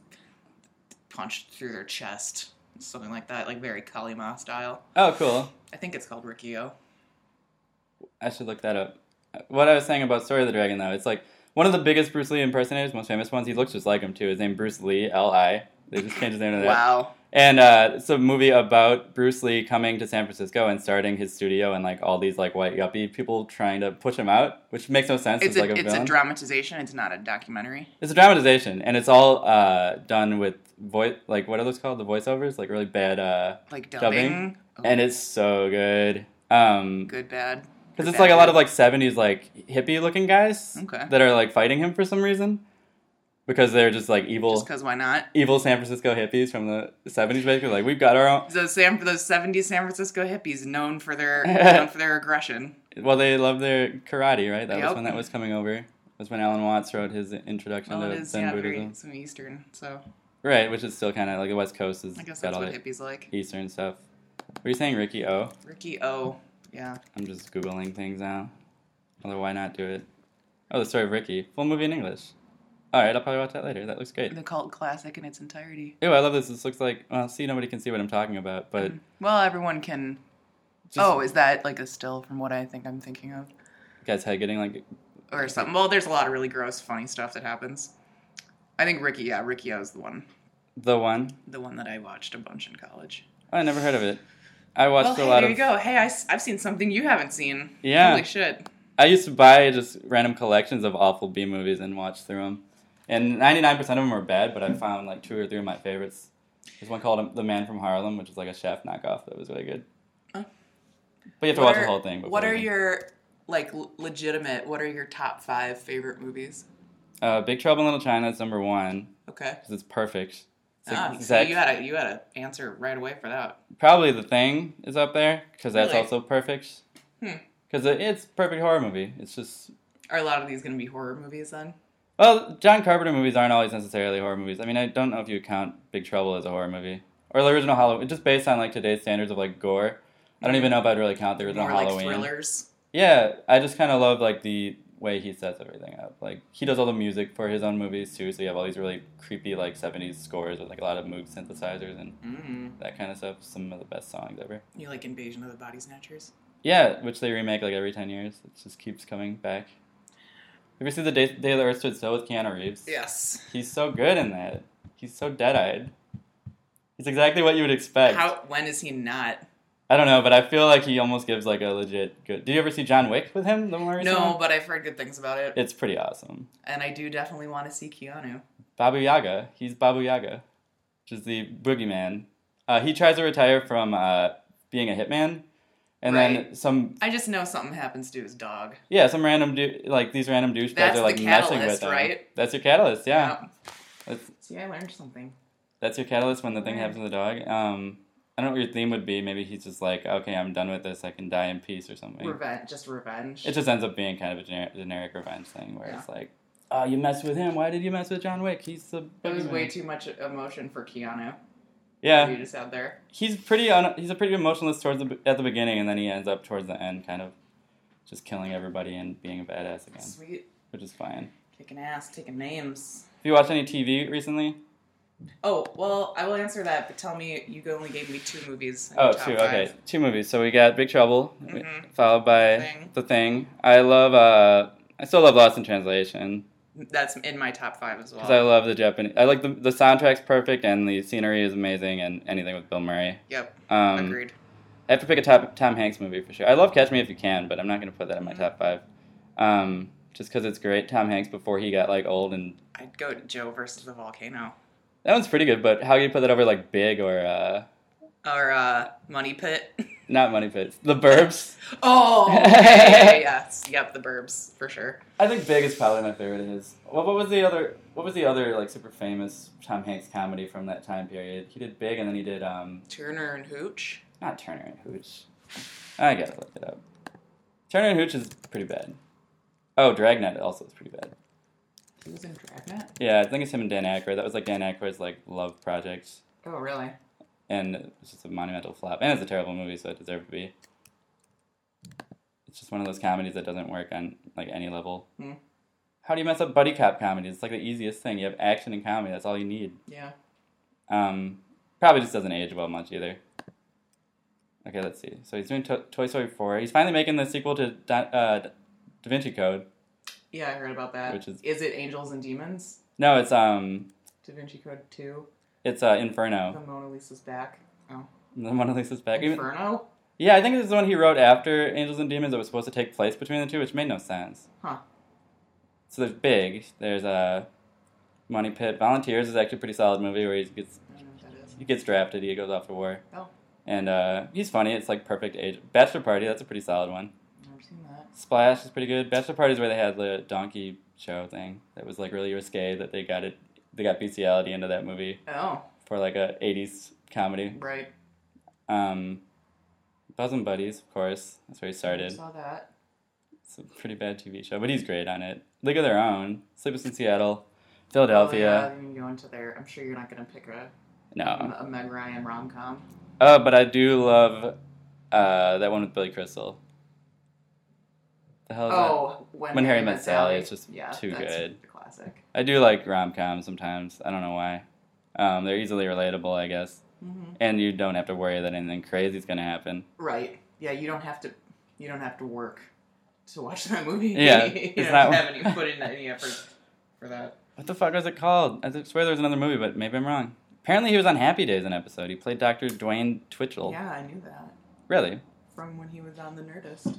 punched through their chest, something like that, like very Kalima style. Oh, cool. I think it's called Rikio. I should look that up. What I was saying about Story of the Dragon, though, it's like one of the biggest Bruce Lee impersonators, most famous ones. He looks just like him too. His name Bruce Lee L I. They just changed his name to that. Wow. And uh, it's a movie about Bruce Lee coming to San Francisco and starting his studio, and like all these like white yuppie people trying to push him out, which makes no sense. He's, It's, a, like a it's villain. a dramatization, it's not a documentary. It's a dramatization, and it's all uh, done with voice, like what are those called? The voiceovers, like really bad, uh, Like Dubbing? dubbing. Oh, and it's so good. Um, good, bad. because it's bad, like a lot of good. like '70s like hippie-looking guys Okay. that are like fighting him for some reason, because they're just like evil, Just because why not? evil San Francisco hippies from the '70s, basically. Like we've got our own. Those San those seventies San Francisco hippies known for their known for their aggression. Well, they love their karate, right? That was Yep. when that was coming over. Was when Alan Watts wrote his introduction Well, Oh, it to is Zen yeah, Buddhism, very some Eastern. So right? Which is still kind of like the West Coast is I guess got that's all what that hippies like. Eastern stuff. Were you saying Ricky O? Ricky O. Yeah. I'm just googling things now. Although why not do it? Oh, the story of Ricky. Full movie in English. All right, I'll probably watch that later. That looks great. The cult classic in its entirety. Ew, I love this. This looks like well, see, nobody can see what I'm talking about, but Well, everyone can. Mm. oh, is that like a still from what I think I'm thinking of, guy's head getting like or something? Well, there's a lot of really gross, funny stuff that happens. I think Ricky, yeah, Ricky O's the one, the one. the one that I watched a bunch in college. Oh, I never heard of it. I watched well, a hey, lot there of. you go. Hey, I, have seen something you haven't seen. Yeah. Holy shit. I used to buy just random collections of awful B movies and watch through them, and 99% of them are bad. But I found like two or three of my favorites. There's one called um, The Man from Harlem, which is like a chef knockoff that was really good. Oh. But you have to watch the whole thing. What before are you- your like l- legitimate? What are your top five favorite movies? Uh, Big Trouble in Little China is number one Okay. because it's perfect. It's like Ah, so Zac- you had a you had a answer right away for that. probably The Thing is up there because that's Really? also perfect. Hmm. Because it's a perfect horror movie. It's just Are a lot of these going to be horror movies then? Well, John Carpenter movies aren't always necessarily horror movies. I mean, I don't know if you count Big Trouble as a horror movie or the original Halloween, just based on like today's standards of like gore. I don't even know if I'd really count the original More like Halloween. thrillers. Yeah, I just kind of love like the way he sets everything up. Like he does all the music for his own movies too, so you have all these really creepy like '70s scores with like a lot of Moog synthesizers and Mm. that kind of stuff. Some of the best songs ever. You like Invasion of the Body Snatchers? Yeah, which they remake like every ten years. It just keeps coming back. Have you seen the Day, Day the Earth Stood Still with Keanu Reeves? Yes. He's so good in that. He's so dead-eyed. He's exactly what you would expect. How? When is he not? I don't know, but I feel like he almost gives like a legit good. Did you ever see John Wick with him? The more recent No, one? but I've heard good things about it, it's pretty awesome. and I do definitely want to see Keanu. Babu Yaga. He's Babu Yaga, which is the boogeyman. Uh, he tries to retire from uh, being a hitman, and then some I just know something happens to his dog. yeah, some random du- like these random douchebags That's are like the messing with catalyst, him. right? That's your catalyst, yeah. Yep. That's, See, I learned something. that's your catalyst when the thing Right. happens to the dog. Um, I don't know what your theme would be. Maybe he's just like, okay, I'm done with this. I can die in peace or something. Revenge, just revenge. It just ends up being kind of a generic, generic revenge thing where Yeah. it's like, oh, you messed with him. Why did you mess with John Wick? He's the it was boogeyman." way too much emotion for Keanu. yeah. you just had there. he's pretty un- he's a pretty emotionless towards the, at the beginning and then he ends up towards the end kind of just killing everybody and being a badass again Sweet, which is fine kicking ass, taking names. have you watched any tv recently Oh well, I will answer that. But tell me, you only gave me two movies. in oh the top two five. okay two movies so we got big trouble Mhm. followed by The Thing. the thing i love uh i still love lost in translation That's in my top five as well. because i love the japanese i like the, the soundtrack's perfect and the scenery is amazing and anything with bill murray yep, um agreed. I have to pick a top, Tom Hanks movie for sure. I love Catch Me If You Can, but I'm not going to put that in my Mhm. top five. Um, just because it's great. Tom Hanks before he got like old, and I'd go to Joe versus the volcano that one's pretty good. But how do you put that over like Big or uh, or uh, Money Pit. not Money Pits, The Burbs? Oh, yeah, yeah, yeah, yes, yep, the Burbs for sure. I think Big is probably my favorite of his. What, what was the other? What was the other like super famous Tom Hanks comedy from that time period? He did Big, and then he did um, Turner and Hooch. not Turner and Hooch. I gotta look it up. Turner and Hooch is pretty bad. Oh, Dragnet also is pretty bad. He was in Dragnet. Yeah, I think it's him and Dan Aykroyd. That was like Dan Aykroyd's like love project, Oh, really? and it's just a monumental flop. And it's a terrible movie, so it deserved to be. It's just one of those comedies that doesn't work on like any level. Hmm. How do you mess up buddy cop comedies? It's like the easiest thing. You have action and comedy. That's all you need. Yeah. Um, probably just doesn't age well much either. Okay, let's see. So he's doing to- Toy Story four. He's finally making the sequel to da-, uh, da Vinci Code. Yeah, I heard about that. Which is- it Angels and Demons? No, it's um, Da Vinci Code 2, it's uh, Inferno. The Mona Lisa's Back. Oh. The Mona Lisa's back. Even- Inferno? Yeah, I think this is the one he wrote after Angels and Demons that was supposed to take place between the two, which made no sense. Huh. So there's Big, there's uh, Money Pit. Volunteers is actually a pretty solid movie where he gets I don't know what that is. he gets drafted, he goes off to war. Oh. And uh, he's funny, it's like perfect age. Bachelor Party, that's a pretty solid one. Never seen that. Splash is pretty good. Bachelor Party is where they had the donkey show thing that was like really risque that they got it they got bestiality into that movie Oh, for like a 80s comedy. right. Um, Buzz and Buddies, of course, that's where he started. Saw that. It's a pretty bad TV show, but he's great on it. League of Their Own, Sleepless in Seattle, Philadelphia. Oh, yeah, you go into there. I'm sure you're not going to pick a, No. a Meg Ryan rom com. Oh, but I do love uh, that one with Billy Crystal. The hell is Oh, when, When Harry Met Sally, it's just yeah, too that's good. The classic. that? I do like rom coms sometimes. I don't know why. Um, they're easily relatable, I guess. hmm And you don't have to worry that anything crazy's going to happen. Right. Yeah, you don't have to. You don't have to work to watch that movie. Yeah, you it's don't not- have any put in any effort for that. What the fuck was it called? I swear there was another movie, but maybe I'm wrong. Apparently, he was on Happy Days an episode. He played Dr. Dwayne Twitchell. Yeah, I knew that Really? from when he was on the Nerdist.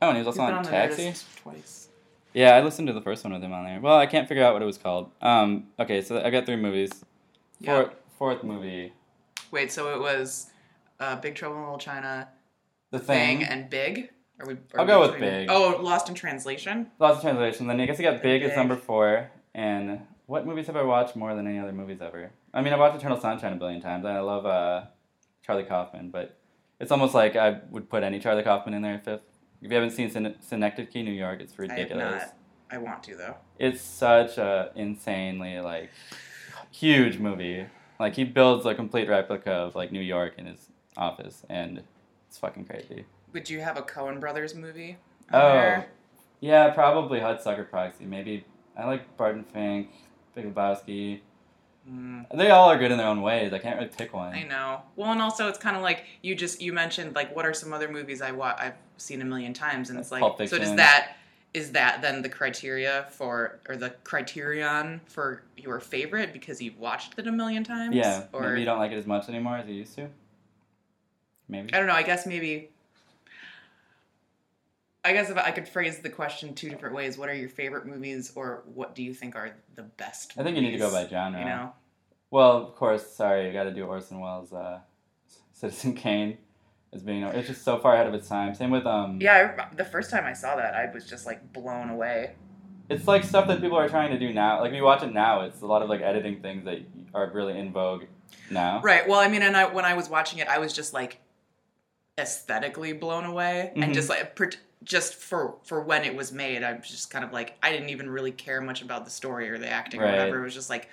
Oh, and he was He's also been on, on the Taxi. Nerdist twice. Yeah, I listened to the first one with him on there. Well, I can't figure out what it was called. Um, okay, so I got three movies. Yeah. Fourth, fourth movie, Wait, so it was uh, Big Trouble in Little China, The Thing, Thing, and Big. Are we? Are I'll we go with between- Big. Oh, Lost in Translation. Lost in Translation. Then I guess I got Big, as Big. number four. And what movies have I watched more than any other movies ever? I mean, I watched Eternal Sunshine a billion times, and I love uh, Charlie Kaufman, but it's almost like I would put any Charlie Kaufman in there fifth. If you haven't seen Syn- Synecdoche, New York, it's ridiculous. I have not. I want to though. It's such a insanely like huge movie. Like he builds a complete replica of like New York in his office, and it's fucking crazy. Would you have a Cohen Brothers movie? on Oh, there? yeah, probably Hudsucker Proxy. Maybe I like Barton Fink, Big Lebowski. Mm. They all are good in their own ways. I can't really pick one. I know. Well, and also it's kind of like you just you mentioned like what are some other movies I wa- I've seen a million times, and it's like Pulp so does Fiction. that is that then the criteria for or the criterion for your favorite because you've watched it a million times? Yeah, or maybe you don't like it as much anymore as you used to. Maybe. I don't know. I guess maybe. I guess if I could phrase the question two different ways, what are your favorite movies, or what do you think are the best? I think you need to go by movies, genre. You know, Well, of course. Sorry, I got to do Orson Welles' uh, Citizen Kane as being. It's just so far ahead of its time. Same with um. yeah. I, rem- the first time I saw that, I was just like blown away. It's like stuff that people are trying to do now. Like if you watch it now, it's a lot of like editing things that are really in vogue now. Right. Well, I mean, and I when I was watching it, I was just like aesthetically blown away, Mhm. and just like per- just for for when it was made, I'm just kind of like I didn't even really care much about the story or the acting or Right. whatever. It was just like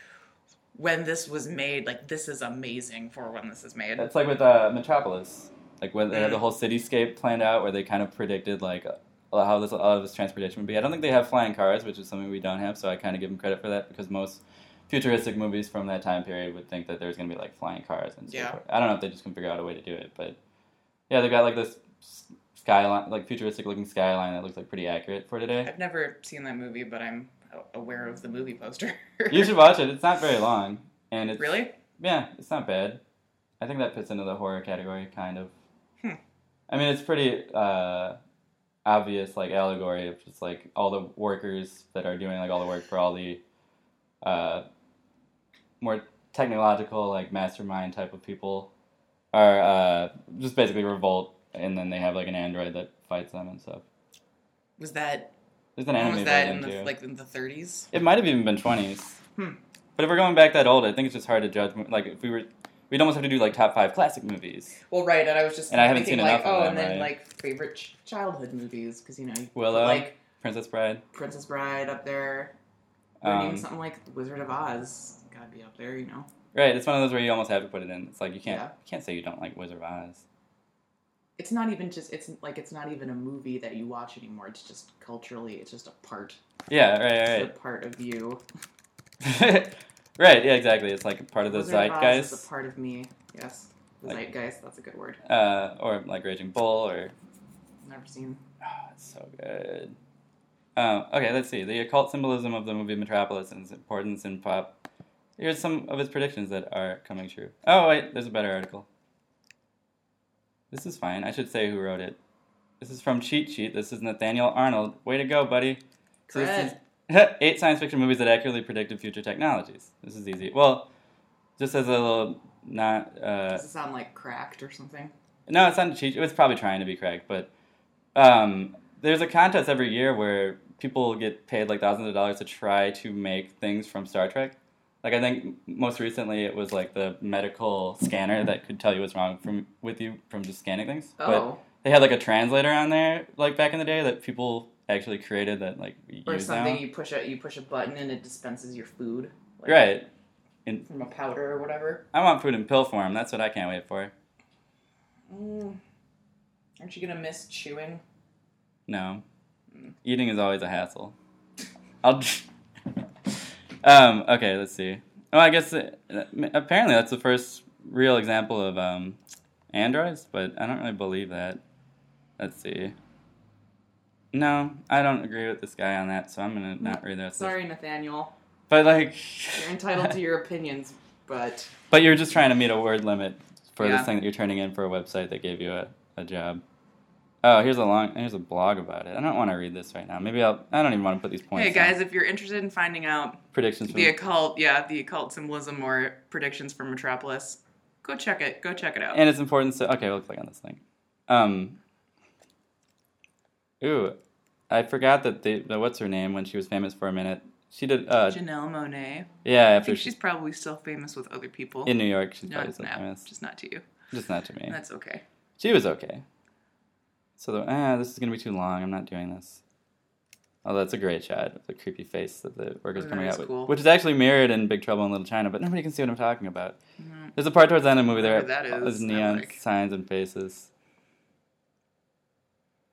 when this was made, like this is amazing for when this is made. That's like with uh, Metropolis. Like when they had the whole cityscape planned out, where they kind of predicted like uh, how this all of this transportation would be. I don't think they have flying cars, which is something we don't have. So I kind of give them credit for that because most futuristic movies from that time period would think that there's going to be like flying cars and so Yeah. forth. I don't know if they just can figure out a way to do it, but yeah, they've got like this s- skyline, like futuristic looking skyline that looks like pretty accurate for today. I've never seen that movie, but I'm a- aware of the movie poster. you should watch it. It's not very long, and it's really? Yeah, it's not bad. I think that fits into the horror category, kind of. Hmm. I mean, it's pretty uh, obvious, like allegory of just like all the workers that are doing like all the work for all the uh, more technological, like mastermind type of people are uh, just basically revolt, and then they have like an android that fights them and stuff. Was that There's an when anime was that in version the too. like in the 30s? It might have even been twenties. Hmm. But if we're going back that old, I think it's just hard to judge. Like if we were, we'd almost have to do like top five classic movies. Well, right, and I was just And I haven't thinking seen like, enough of oh, them, and then right? like favorite ch- childhood movies because you know you put, Willow. like Princess Bride. Princess Bride up there, or even Um, something like The Wizard of Oz. Gotta be up there, you know. right, it's one of those where you almost have to put it in. It's like you can't Yeah. you can't say you don't like Wizard of Oz. It's not even just it's like it's not even a movie that you watch anymore. It's just culturally, it's just a part, Yeah, right, it's a right, part of you. right. right, yeah, exactly. It's like part of the Wizard of Oz zeitgeist, is a part of me. Yes, the Like- zeitgeist. That's a good word. uh, or like Raging Bull, or Never seen. oh, it's so good. Um, okay, let's see. The occult symbolism of the movie Metropolis and its importance in pop. Here's some of his predictions that are coming true. Oh, wait, there's a better article. This is fine. I should say who wrote it. This is from Cheat Sheet. This is Nathaniel Arnold. Way to go, buddy. So this is- eight science fiction movies that accurately predicted future technologies. This is easy. Well, just as a little not. Uh, Does it sound like cracked or something? no, it's not cheat. It was probably trying to be correct, but um, there's a contest every year where people get paid like thousands of dollars to try to make things from Star Trek. Like I think m- most recently it was like the medical scanner that could tell you what's wrong from with you from just scanning things. But Oh, they had like a translator on there like back in the day that people actually created that like we or use something now. you push a you push a button and it dispenses your food. like, Right. From a powder or whatever. I want food in pill form. That's what I can't wait for. Mm. Aren't you gonna miss chewing? No. Eating is always a hassle. I'll. um, okay, let's see. Oh, I guess uh, apparently that's the first real example of um, androids, but I don't really believe that. Let's see. No, I don't agree with this guy on that, so I'm gonna not read that. Mm, Sorry, Nathaniel. but like, You're entitled to your opinions, but But you're just trying to meet a word limit for Yeah. this thing that you're turning in for a website that gave you a, a job. Oh, here's a long here's a blog about it. I don't want to read this right now. Maybe I'll I don't even want to put these points. hey down. guys, if you're interested in finding out Predictions for the occult, yeah, the occult symbolism or predictions for Metropolis, go check it. Go check it out. and its importance to okay, we'll click on this thing. Um Ooh. I forgot that the, the what's her name when she was famous for a minute. She did uh Janelle Monet. yeah, I after think she, she's probably still famous with other people. in New York she's no, probably so no, famous. just not to you. Just not to me. That's okay. She was okay. So the, ah, this is gonna be too long. I'm not doing this. Oh, that's a great shot of the creepy face that the worker's Oh, that coming is out with, cool. which is actually mirrored in Big Trouble in Little China, but nobody can see what I'm talking about. There's a part towards the end of the movie there Mm-hmm. Whatever that is, there's I neon like. signs and faces.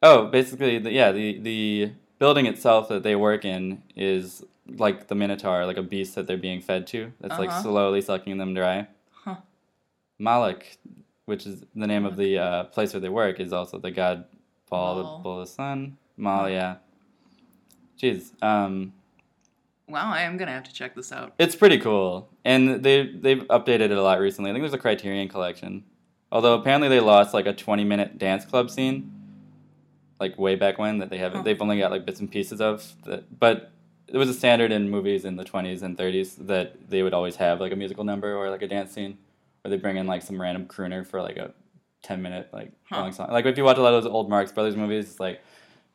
Oh, basically, the, yeah, the the building itself that they work in is like the Minotaur, like a beast that they're being fed to. That's like Uh-huh. slowly sucking them dry. Huh. Malak, which is the name of the uh, place where they work, is also the god Paul, Mal. the bull of the sun. Mal, yeah. Jeez, um, Wow, I am gonna have to check this out. it's pretty cool, and they they've updated it a lot recently. I think there's a Criterion collection. Although apparently they lost like a 20 minute dance club scene, like way back when that they haven't. Huh. They've only got like bits and pieces of. That, but it was a standard in movies in the 20s and 30s that they would always have like a musical number or like a dance scene, where they bring in like some random crooner for like a 10 minute like Huh. long song. Like if you watch a lot of those old Marx Brothers movies, it's like,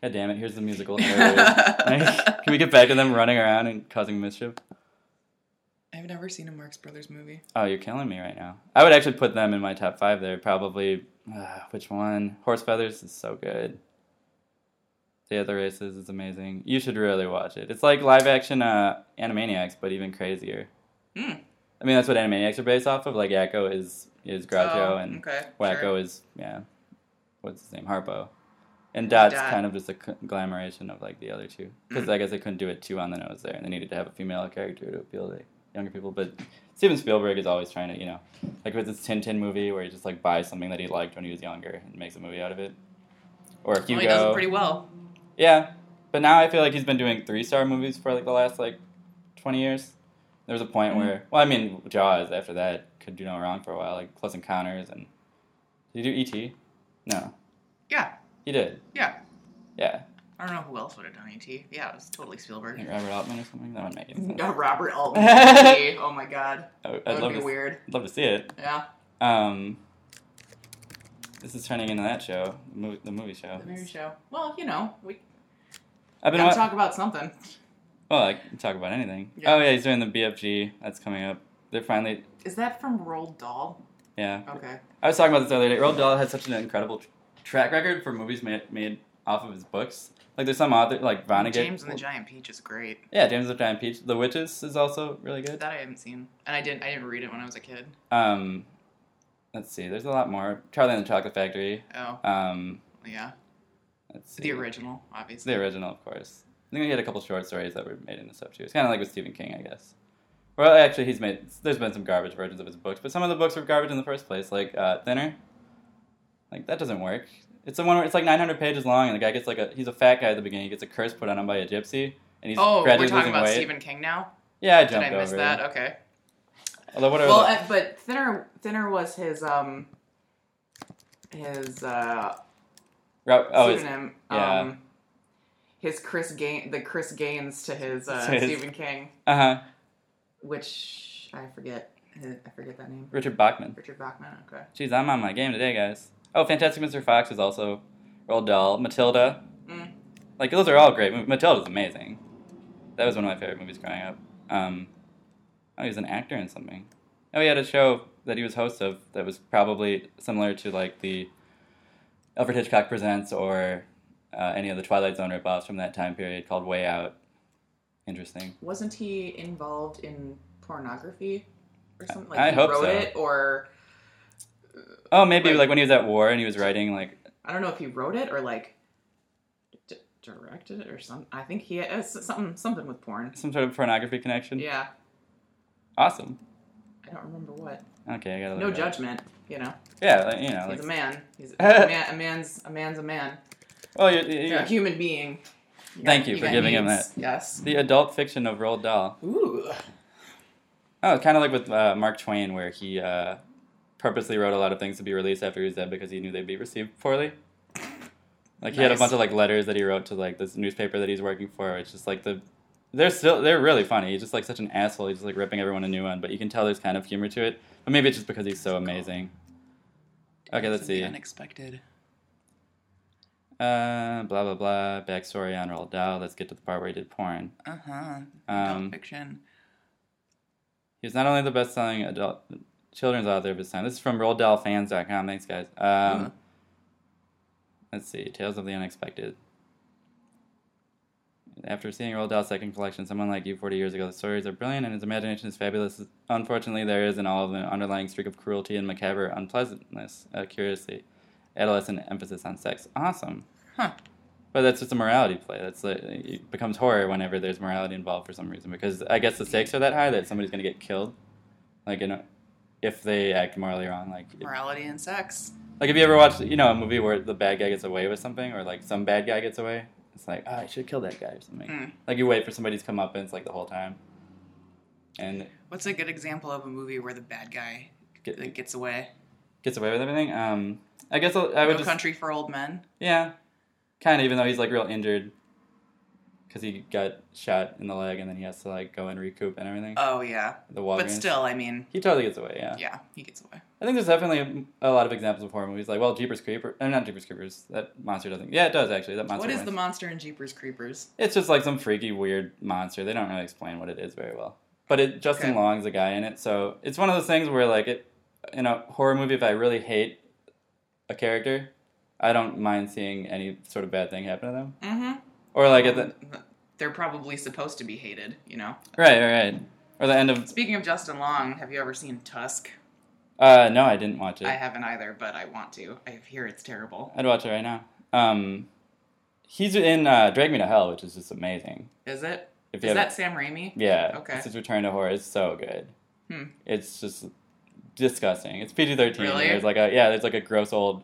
god damn it, here's the musical. number. Like, can we get back to them running around and causing mischief? I've never seen a Marx Brothers movie. Oh, you're killing me right now. I would actually put them in my top five there. Probably, uh, which one? Horse Feathers is so good. The other races is amazing. You should really watch it. It's like live action uh, Animaniacs, but even crazier. Hmm. I mean, that's what Animaniacs are based off of. Like Yakko is is Groucho, Oh, and okay, Wacko sure. is yeah, what's his name? Harpo. And Dot's Dot. kind of just a conglomeration of like the other two, Mm. because I guess they couldn't do it too on the nose there, and they needed to have a female character to appeal to younger people. But Steven Spielberg is always trying to, you know, like with this Tintin movie where he just like buys something that he liked when he was younger and makes a movie out of it, or Well, Hugo. he does it pretty well. Yeah, but now I feel like he's been doing three star movies for like the last like twenty years. There was a point Mm-hmm. where, well, I mean, Jaws. After that, could do no wrong for a while. Like Close Encounters and did you do ET? No, Yeah, he did. yeah. Yeah, I don't know who else would have done ET. Yeah, it was totally Spielberg. I think Robert Altman or something. That would make sense. No, Robert Altman. ET. oh my god, I would, that I'd would love be to. weird. I'd love to see it. Yeah, Um, this is turning into that show, the movie, the movie show. the movie show. Well, you know, we I've been gotta wa- talk about something. well. I can talk about anything. Yeah. Oh yeah, he's doing the BFG. That's coming up. They're finally. Is that from Roald Dahl? Yeah. Okay. I was talking about this the other day. Roald Dahl has such an incredible tr- track record for movies made, made off of his books. Like there's some author like Vonnegut. James and the Giant Peach is great. yeah, James and the Giant Peach. The Witches is also really good. That I haven't seen, and I didn't. I didn't read it when I was a kid. Um, let's see. There's a lot more. Charlie and the Chocolate Factory. Oh, Um, yeah. let's see. The original, obviously. The original, of course. I think he had a couple short stories that were made into stuff too. It's kind of like with Stephen King, I guess. Well, actually, he's made. There's been some garbage versions of his books, but some of the books were garbage in the first place, like uh, Thinner. Like that doesn't work. It's the one where it's like 900 pages long, and the guy gets like a. He's a fat guy at the beginning. He gets a curse put on him by a gypsy, and he's Oh, gradually we're talking losing about weight. Stephen King now. Yeah, I Did jumped I miss over. that? it. Okay. Although what are Well, the- uh, but thinner, thinner was his um, his uh, Ro- oh, it's, pseudonym. yeah. Um, his Chris Gain, the Chris Gaines to his, uh, To his- Stephen King, uh huh. which I forget. I forget that name. Richard Bachman. Richard Bachman. Okay. Jeez, I'm on my game today, guys. Oh, Fantastic Mr. Fox is also Roald Dahl. Matilda. Mm. Like, those are all great movies. Matilda's amazing. That was one of my favorite movies growing up. Um, oh, he was an actor in something. Oh, he had a show that he was host of that was probably similar to, like, the Alfred Hitchcock Presents or uh, any of the Twilight Zone ripoffs from that time period called Way Out. Interesting. Wasn't he involved in pornography or something? Like I he hope wrote so. it, or Oh, maybe, Like- like, when he was at war and he was writing, like, I don't know if he wrote it or like d- directed it or something. I think he has something something with porn. some sort of pornography connection. Yeah, Awesome. I don't remember what. Okay, I gotta look No it up. judgment, you know. Yeah, like, you know, He's like, a man. He's a man. A man's a man's a man. well, you're, you're, You're a human being. Thank you for got giving him needs. Yes. the adult fiction of Roald Dahl. Ooh. Oh, kind of like with uh, Mark Twain, where he uh, purposely wrote a lot of things to be released after he was dead because he knew they'd be received poorly. Like he had a Nice. bunch of like letters that he wrote to like this newspaper that he's working for. It's just like the they're still they're really funny. He's just like such an asshole. He's just like ripping everyone a new one, but you can tell there's kind of humor to it. But maybe it's just because he's so amazing. Okay, let's see. Unexpected. Uh, blah blah blah. Backstory on Roald Dahl. Let's get to the part where he did porn. Uh Uh-huh. huh. Um, fiction. He was not only the best-selling adult children's author of his time. This is from RollDahlFans.com. Thanks, guys. Um, Huh. Let's see, Tales of the Unexpected. After seeing Roald Dahl's second collection, Someone Like You 40 years ago, the stories are brilliant and his imagination is fabulous. Unfortunately, there is in all of them an underlying streak of cruelty and macabre unpleasantness, uh, curiously, adolescent emphasis on sex. Awesome. Huh. But that's just a morality play. That's like, it becomes horror whenever there's morality involved for some reason because I guess the stakes are that high that somebody's going to get killed, like you know, if they act morally wrong. Like if- Morality and sex. like if you ever watch you know a movie where the bad guy gets away with something or like some bad guy gets away, it's like oh, I should kill that guy or something. Mm. Like you wait for somebody's comeuppance like the whole time, and What's a good example of a movie where the bad guy get, like, gets away? gets away with everything. Um, I guess I'll, I No would just Country for Old Men. yeah, kind of even though he's like real injured because he got shot in the leg and then he has to like go and recoup and everything. Oh yeah, the Walgreens. but still, I mean, He totally gets away, yeah. yeah, he gets away. I think there's definitely a, a lot of examples of horror movies. Like, well, Jeepers Creepers. Uh, not Jeepers Creepers. That monster doesn't. Yeah, it does, actually. That monster. what is the wins. monster in Jeepers Creepers? It's just like some freaky, weird monster. They don't really explain what it is very well. But it, Justin Okay. Long's a guy in it, so it's one of those things where, like, it, in a horror movie, if I really hate a character, I don't mind seeing any sort of bad thing happen to them. Mm-hmm. Or like at the They're probably supposed to be hated, you know. right, right, right. Or the end of. Speaking of Justin Long, have you ever seen Tusk? Uh, no, I didn't watch it. I haven't either, but I want to. I hear it's terrible. I'd watch it right now. Um, he's in uh, Drag Me to Hell, which is just amazing. Is it? If you haven't- Is that Sam Raimi? Yeah. Okay. It's his return to horror. It's so good. Hmm. It's just disgusting. It's PG thirteen. Really? There's like a yeah, there's like a gross old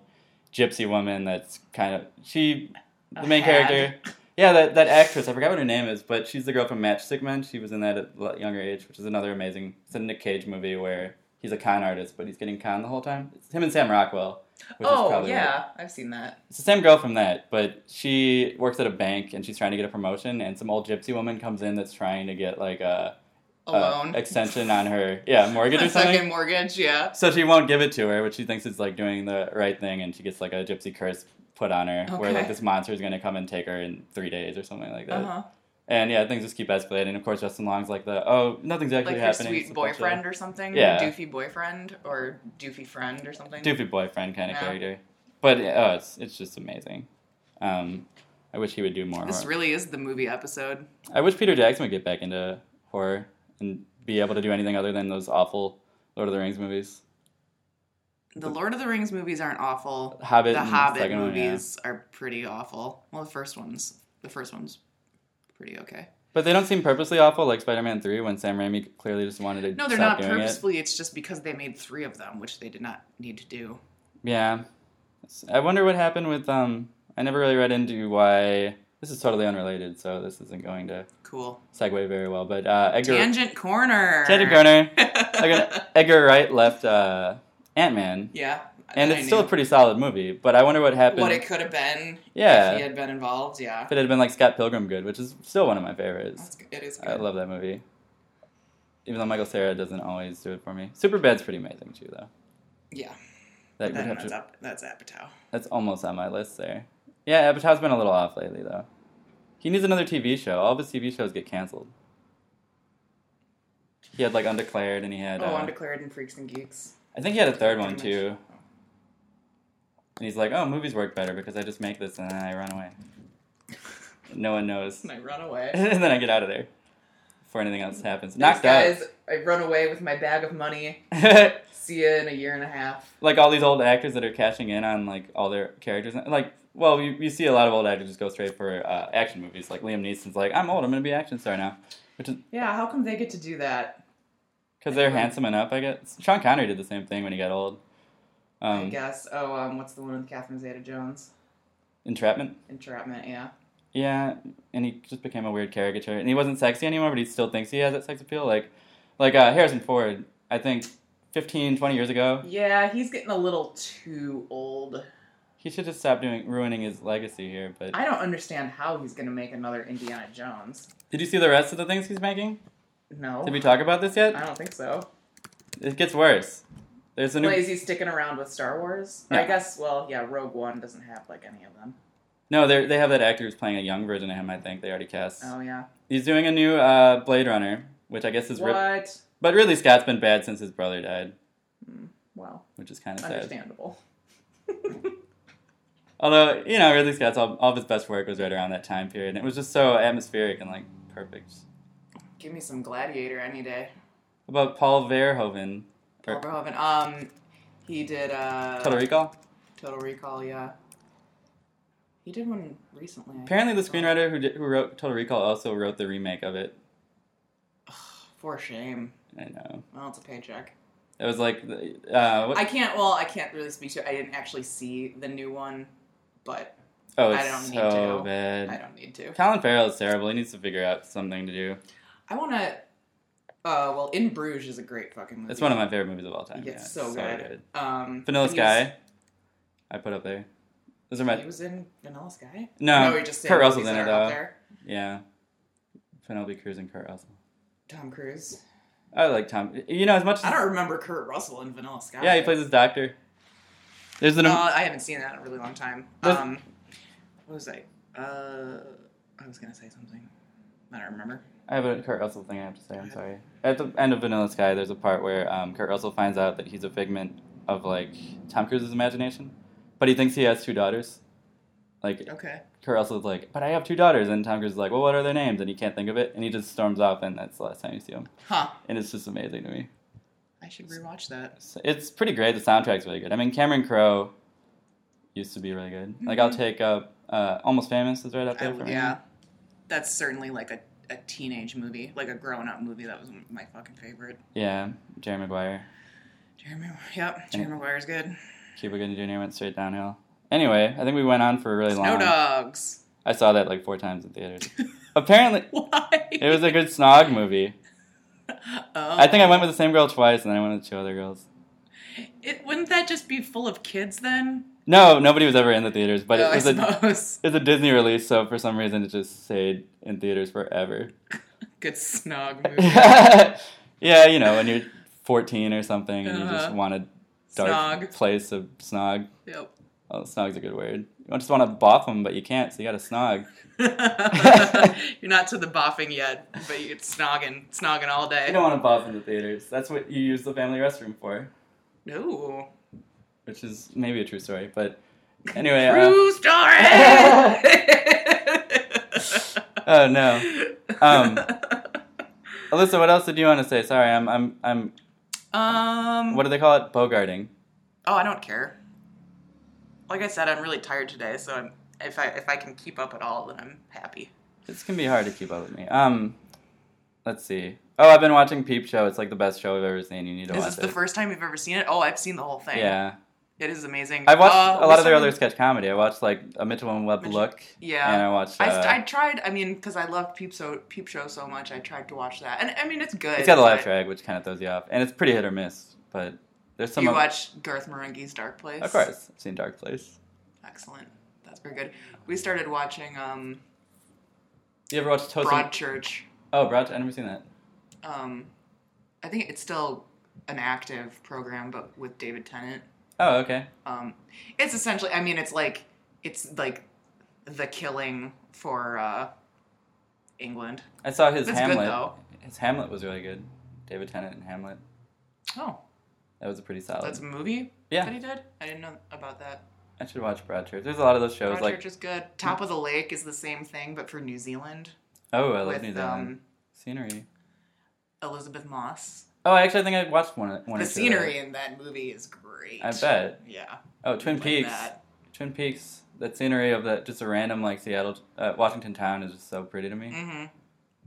gypsy woman that's kind of she the A main had. character. Yeah, that, that actress, I forgot what her name is, but she's the girl from Matchstick Men. She was in that at a lot younger age, which is another amazing it's a Nick Cage movie where he's a con artist, but he's getting conned the whole time. It's him and Sam Rockwell. Which is oh probably yeah, I've seen that. it's the same girl from that, but she works at a bank and she's trying to get a promotion, and some old gypsy woman comes in that's trying to get like a, a Alone. uh, extension on her yeah mortgage or A second something. mortgage, yeah. So she won't give it to her, but she thinks it's like doing the right thing, and she gets like a gypsy curse put on her, where like Okay. this monster is gonna come and take her in three days or something like that. Uh huh. And yeah, things just keep escalating. Of course, Justin Long's like the oh nothing's actually Like your happening. sweet It's a bunch of- boyfriend or something. Yeah. Doofy boyfriend or doofy friend or something. doofy boyfriend kind of Yeah. character. But oh, it's it's just amazing. Um, I wish he would do more. This horror- really is the movie episode. I wish Peter Jackson would get back into horror and be able to do anything other than those awful Lord of the Rings movies. The Lord of the Rings movies aren't awful. Hobbit, the and Hobbit second one, yeah. movies are pretty awful. Well, the first one's the first one's pretty okay. But they don't seem purposely awful, like Spider-Man Three, when Sam Raimi clearly just wanted to No, they're stop not doing purposefully. It's just because they made three of them, which they did not need to do. it. Yeah, I wonder what happened with um. I never really read into why. This is totally unrelated, so this isn't going to Cool. segue very well. But uh, Edgar Tangent corner. Tangent Garner, like corner. an- Edgar Wright left uh, Ant Man, yeah. and I it's still a knew pretty solid movie. But I wonder what happened. what it could have been yeah, if he had been involved. Yeah. If it had been like Scott Pilgrim Good, which is still one of my favorites. That's good. It is good. I love that movie. Even though Michael Sarah doesn't always do it for me. Superbad's pretty amazing too, though. yeah. That would Then have that's, to, up, that's Apatow. that's almost on my list there. Yeah, Apatow's been a little off lately, though. He needs another TV show. All of his TV shows get canceled. He had like Undeclared, and he had. Oh, uh, Undeclared and Freaks and Geeks. I think he had a third one Damage. too. And he's like, "Oh, movies work better because I just make this and then I run away. No one knows." And I run away. and then I get out of there before anything else happens. Knocked Thanks, guys. I run away with my bag of money. out. See ya in a year and a half. like all these old actors that are cashing in on like all their characters. Like, well, you, you see a lot of old actors just go straight for uh, action movies. Like Liam Neeson's like, I'm old, I'm gonna be an action star now, which is Yeah, how come they get to do that? because they're handsome enough. I guess Sean Connery did the same thing when he got old. I Um, guess. Oh, um, what's the one with Catherine Zeta-Jones? entrapment. Entrapment. Yeah. Yeah, and he just became a weird caricature, and he wasn't sexy anymore, but he still thinks he has that sex appeal. Like, like uh, Harrison Ford, I think 15, 20 years ago, Yeah, he's getting a little too old. he should just stop doing ruining his legacy here. But I don't understand how he's gonna make another Indiana Jones. Did you see the rest of the things he's making? No, Did we talk about this yet? I don't think so. It gets worse. There's a new But is he sticking around with Star Wars? Or No. I guess. Well, yeah, Rogue One doesn't have like any of them. no. They they have that actor who's playing a young version of him. I think they already cast. Oh yeah. He's doing a new uh, Blade Runner, which I guess is Rid- What? but Ridley Scott's been bad since his brother died, Well, which is kind of sad. understandable. Although, you know, Ridley Scott's all, all of his best work was right around that time period. And it was just so atmospheric and like perfect. Give me some Gladiator any day. How about Paul Verhoeven? Paul Verhoeven. Um, he did uh, Total Recall? Total Recall, Yeah, he did one recently. I Apparently, the saw. screenwriter who, did, who wrote Total Recall also wrote the remake of it. Oh, For shame. I know. Well, it's a paycheck. It was like, the- uh, what? I can't. Well, I can't really speak to. it. I didn't actually see the new one, but oh, I it's don't need so to. bad. I don't need to. Colin Farrell is terrible. He needs to figure out something to do. I want to. Uh, well, In Bruges is a great fucking movie. It's one of my favorite movies of all time. Yeah, Yeah, it's it's so good. Um, Vanilla and he was- Sky, I put up there. Those are He my was, in Vanilla Sky. no. no we just said Kurt Russell's movies in that it are up though. there. Yeah, Penelope Cruz and Kurt Russell. Tom Cruise. I like Tom. You know as much. As, I don't remember Kurt Russell in Vanilla Sky. Yeah, he plays his doctor. There's an. No, I haven't seen that in a really long time. This- Um, what was I? Uh, I was gonna say something. I don't remember. I have a Kurt Russell thing I have to say. I'm sorry. At the end of Vanilla Sky, there's a part where um, Kurt Russell finds out that he's a figment of like Tom Cruise's imagination, but he thinks he has two daughters. Like Okay. Kurt Russell's like, but I have two daughters, and Tom Cruise is like, well, what are their names? And he can't think of it, and he just storms off, and that's the last time you see him. Huh. And it's just amazing to me. I should rewatch that. It's, it's pretty great. The soundtrack's really good. I mean, Cameron Crowe used to be really good. Like, I'll take up uh, Almost Famous is right up I, there for me. Mm-hmm. Oh, yeah, that's certainly like a, a teenage movie, like a grown up movie. That was my fucking favorite. Yeah, Jerry Maguire. Jeremy, yep, Jerry Maguire's good. Cuba Gooding Jr. went straight downhill. Anyway, I think we went on for really long. Snow Dogs. I saw that like four times in theaters. Apparently, Why? it was a good snog movie. Oh. I think I went with the same girl twice, and then I went with two other girls. It wouldn't that just be full of kids then? No, nobody was ever in the theaters, but Oh, it was I a suppose. It's a Disney release, so for some reason it just stayed in theaters forever. Good snog movie. yeah, you know, when you're 14 or something and you just Uh-huh. want a dark Snog. place to snog. Yep. Oh, snog's a good word. You just want to boff them, but you can't, so you got to snog. You're not to the boffing yet, but you're snogging, snogging all I day. don't want to boff in the theaters. That's what you use the family restroom for, No. which is maybe a true story, but anyway. uh, True story. oh, no. Um, Alyssa, what else did you want to say? Sorry, I'm, I'm, I'm, Um. what do they call it? Bogarting. Oh, I don't care. Like I said, I'm really tired today, so I'm, if I if I can keep up at all, then I'm happy. It's gonna be hard to keep up with me. Um, let's see. Oh, I've been watching Peep Show. It's like the best show I've ever seen. You need to Is watch this the it. first time you've ever seen it? Oh, I've seen the whole thing. yeah, It is amazing. I watched Uh, a lot of their listen- other sketch comedy. I watched like a Mitchell and Webb Mitchell- look. Yeah. and I watched. Uh, I, st- I tried. I mean, because I love Peep Show, Peep Show so much, I tried to watch that, and I mean, it's good. it's got a laugh but track, which kind of throws you off, and it's pretty hit or miss. But there's some. You of, watch Garth Marenghi's Dark Place. of course, I've seen Dark Place. Excellent. That's very good. We started watching um, You ever watched Toast? and- Broadchurch. Oh, Broad. I never seen that. Um, I think it's still an active program, but with David Tennant. Oh, okay. Um, it's essentially. I mean, it's like it's like the killing for uh, England. I saw his It's good, Hamlet. though. His Hamlet was really good. David Tennant and Hamlet. Oh, That was a pretty solid. that's a movie Oh. yeah, that he did. I didn't know about that. I should watch Broadchurch. There's a lot of those shows. Broadchurch like, is good. Top of the Lake is the same thing, but for New Zealand oh, I love with New Zealand um, scenery. Elizabeth Moss. Oh, I actually think I watched one. one or The two of scenery in that movie is great. that. I bet. Yeah. Oh, Twin like Peaks. that. Twin Peaks. That scenery of that just a random like Seattle, uh, Washington town is just so pretty to me, Mm-hmm.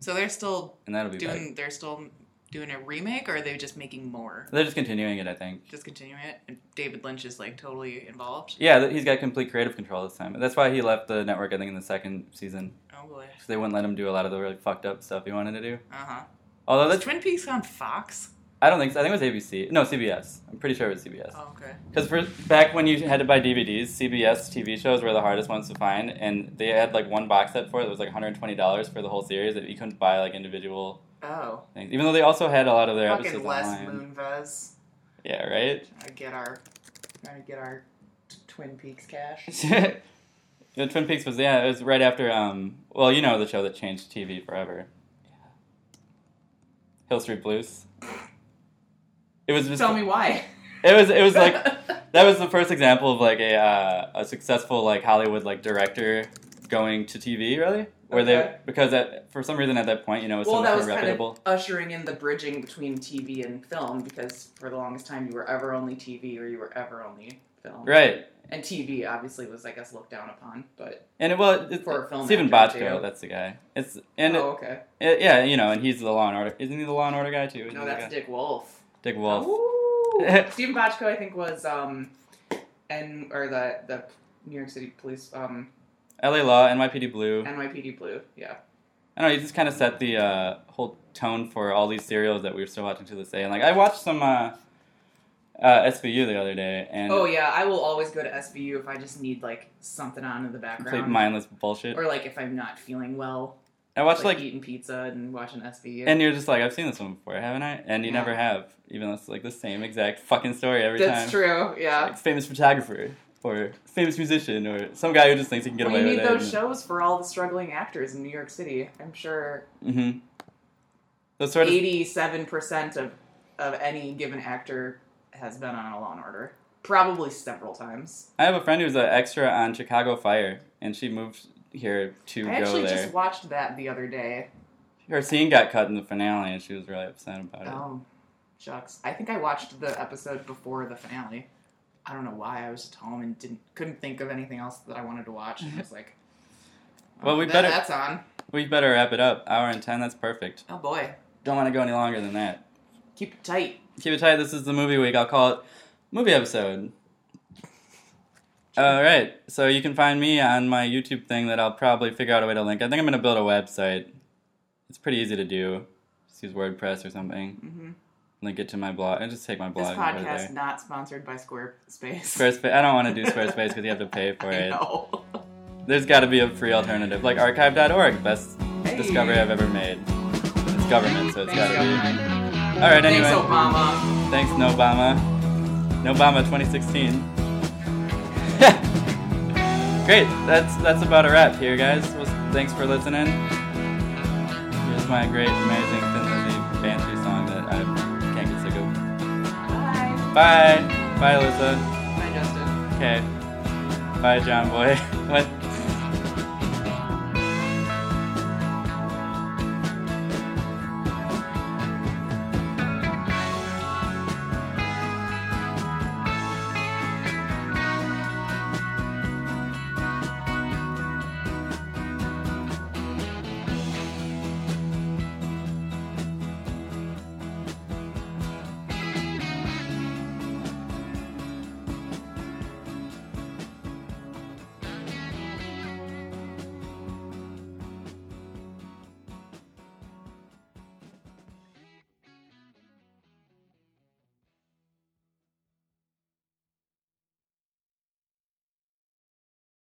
So they're still and that'll be doing. back. They're still doing a remake, or are they just making more? They're just continuing it, I think. Just continue it. And David Lynch is like totally involved. Yeah, th- he's got complete creative control this time. That's why he left the network, I think, in the second season. Oh boy. 'cause they wouldn't let him do a lot of the really fucked up stuff he wanted to do. Uh huh. Although Was that's, Twin Peaks on Fox? I don't think so. I think it was ABC. No, CBS. I'm pretty sure it was CBS. Oh, okay. Because for back when you had to buy DVDs, CBS TV shows were the hardest ones to find, and they had like one box set for it that was like $120 for the whole series that you couldn't buy like individual Oh. things. Even though they also had a lot of their Fucking episodes Les online. Moonves. Yeah, right. I get our trying to get our t- Twin Peaks cash. the Twin Peaks was yeah, it was right after um. Well, you know the show that changed TV forever. Hill Street Blues. It was just Tell me why. it was it was like that was the first example of like a uh, a successful like Hollywood like director going to TV really where they Okay. because at, for some reason at that point you know it was well, so that much was more reputable kind of ushering in the bridging between TV and film because for the longest time you were ever only TV or you were ever only film. right And TV obviously was, I guess, looked down upon, but and it, well it's, For a film Stephen actor, Bochco too. that's the guy it's and oh, okay. it, it- yeah you know and he's the Law and Order isn't he the Law and Order guy too Isn't he No, the that's guy? Dick Wolf. Dick Wolf Ooh. Stephen Bochco, I think, was um, and or the the New York City Police um L.A. Law NYPD Blue NYPD Blue. Yeah. I don't know. You just kind of set the uh, whole tone for all these serials that we were still watching to this day. And like, I watched some uh, uh, SVU the other day, and Oh yeah, I will always go to SVU if I just need like something on in the complete background, mindless bullshit. or like if I'm not feeling well, I watched like, eating pizza and watching SVU. and you're just like, I've seen this one before, haven't I? And you Yeah. never have, even though it's like the same exact fucking story every That's time. true. Yeah. Like, famous photographer or famous musician or some guy who just thinks he can get we away need with those it. shows for all the struggling actors in New York City. I'm sure mm-hmm. Those sort of eighty-seven percent of of any given actor has been on a Law and Order, probably several times. I have a friend who's an extra on Chicago Fire, and she moved here to I go actually there. just watched that the other day. Her scene got cut in the finale, and she was really upset about it. Oh, shucks! I think I watched the episode before the finale. I don't know why I was just home and didn't couldn't think of anything else that I wanted to watch. And I was like, Mm-hmm. "Oh, Well, we that- better- That's on. We better wrap it up. Hour and ten, that's perfect. Oh boy, Don't want to go any longer than that. keep it tight. Keep it tight. This is the movie week. I'll call it movie episode. All right. So you can find me on my YouTube thing that I'll probably figure out a way to link. I think I'm going to build a website. It's pretty easy to do. Just use WordPress or something. hmm Link it to my blog. I just take my This blog and put it podcast there. not sponsored by Squarespace. Squarespace. I don't want to do Squarespace because you have to pay for I it. know. There's got to be a free alternative, like archive.org. Best Hey. discovery I've ever made. It's government, so it's Thanks, got to be. Governor. All right. Anyway. Thanks, Thanks, Obama. Nobama. Nobama 2016. Great. That's that's about a wrap here, guys. Well, thanks for listening. Here's my great, amazing Thin Lizzy Bantry song that I can't get sick of. Bye. Bye. Bye, Alyssa. Bye, Justin. Okay. Bye, John Boy. what?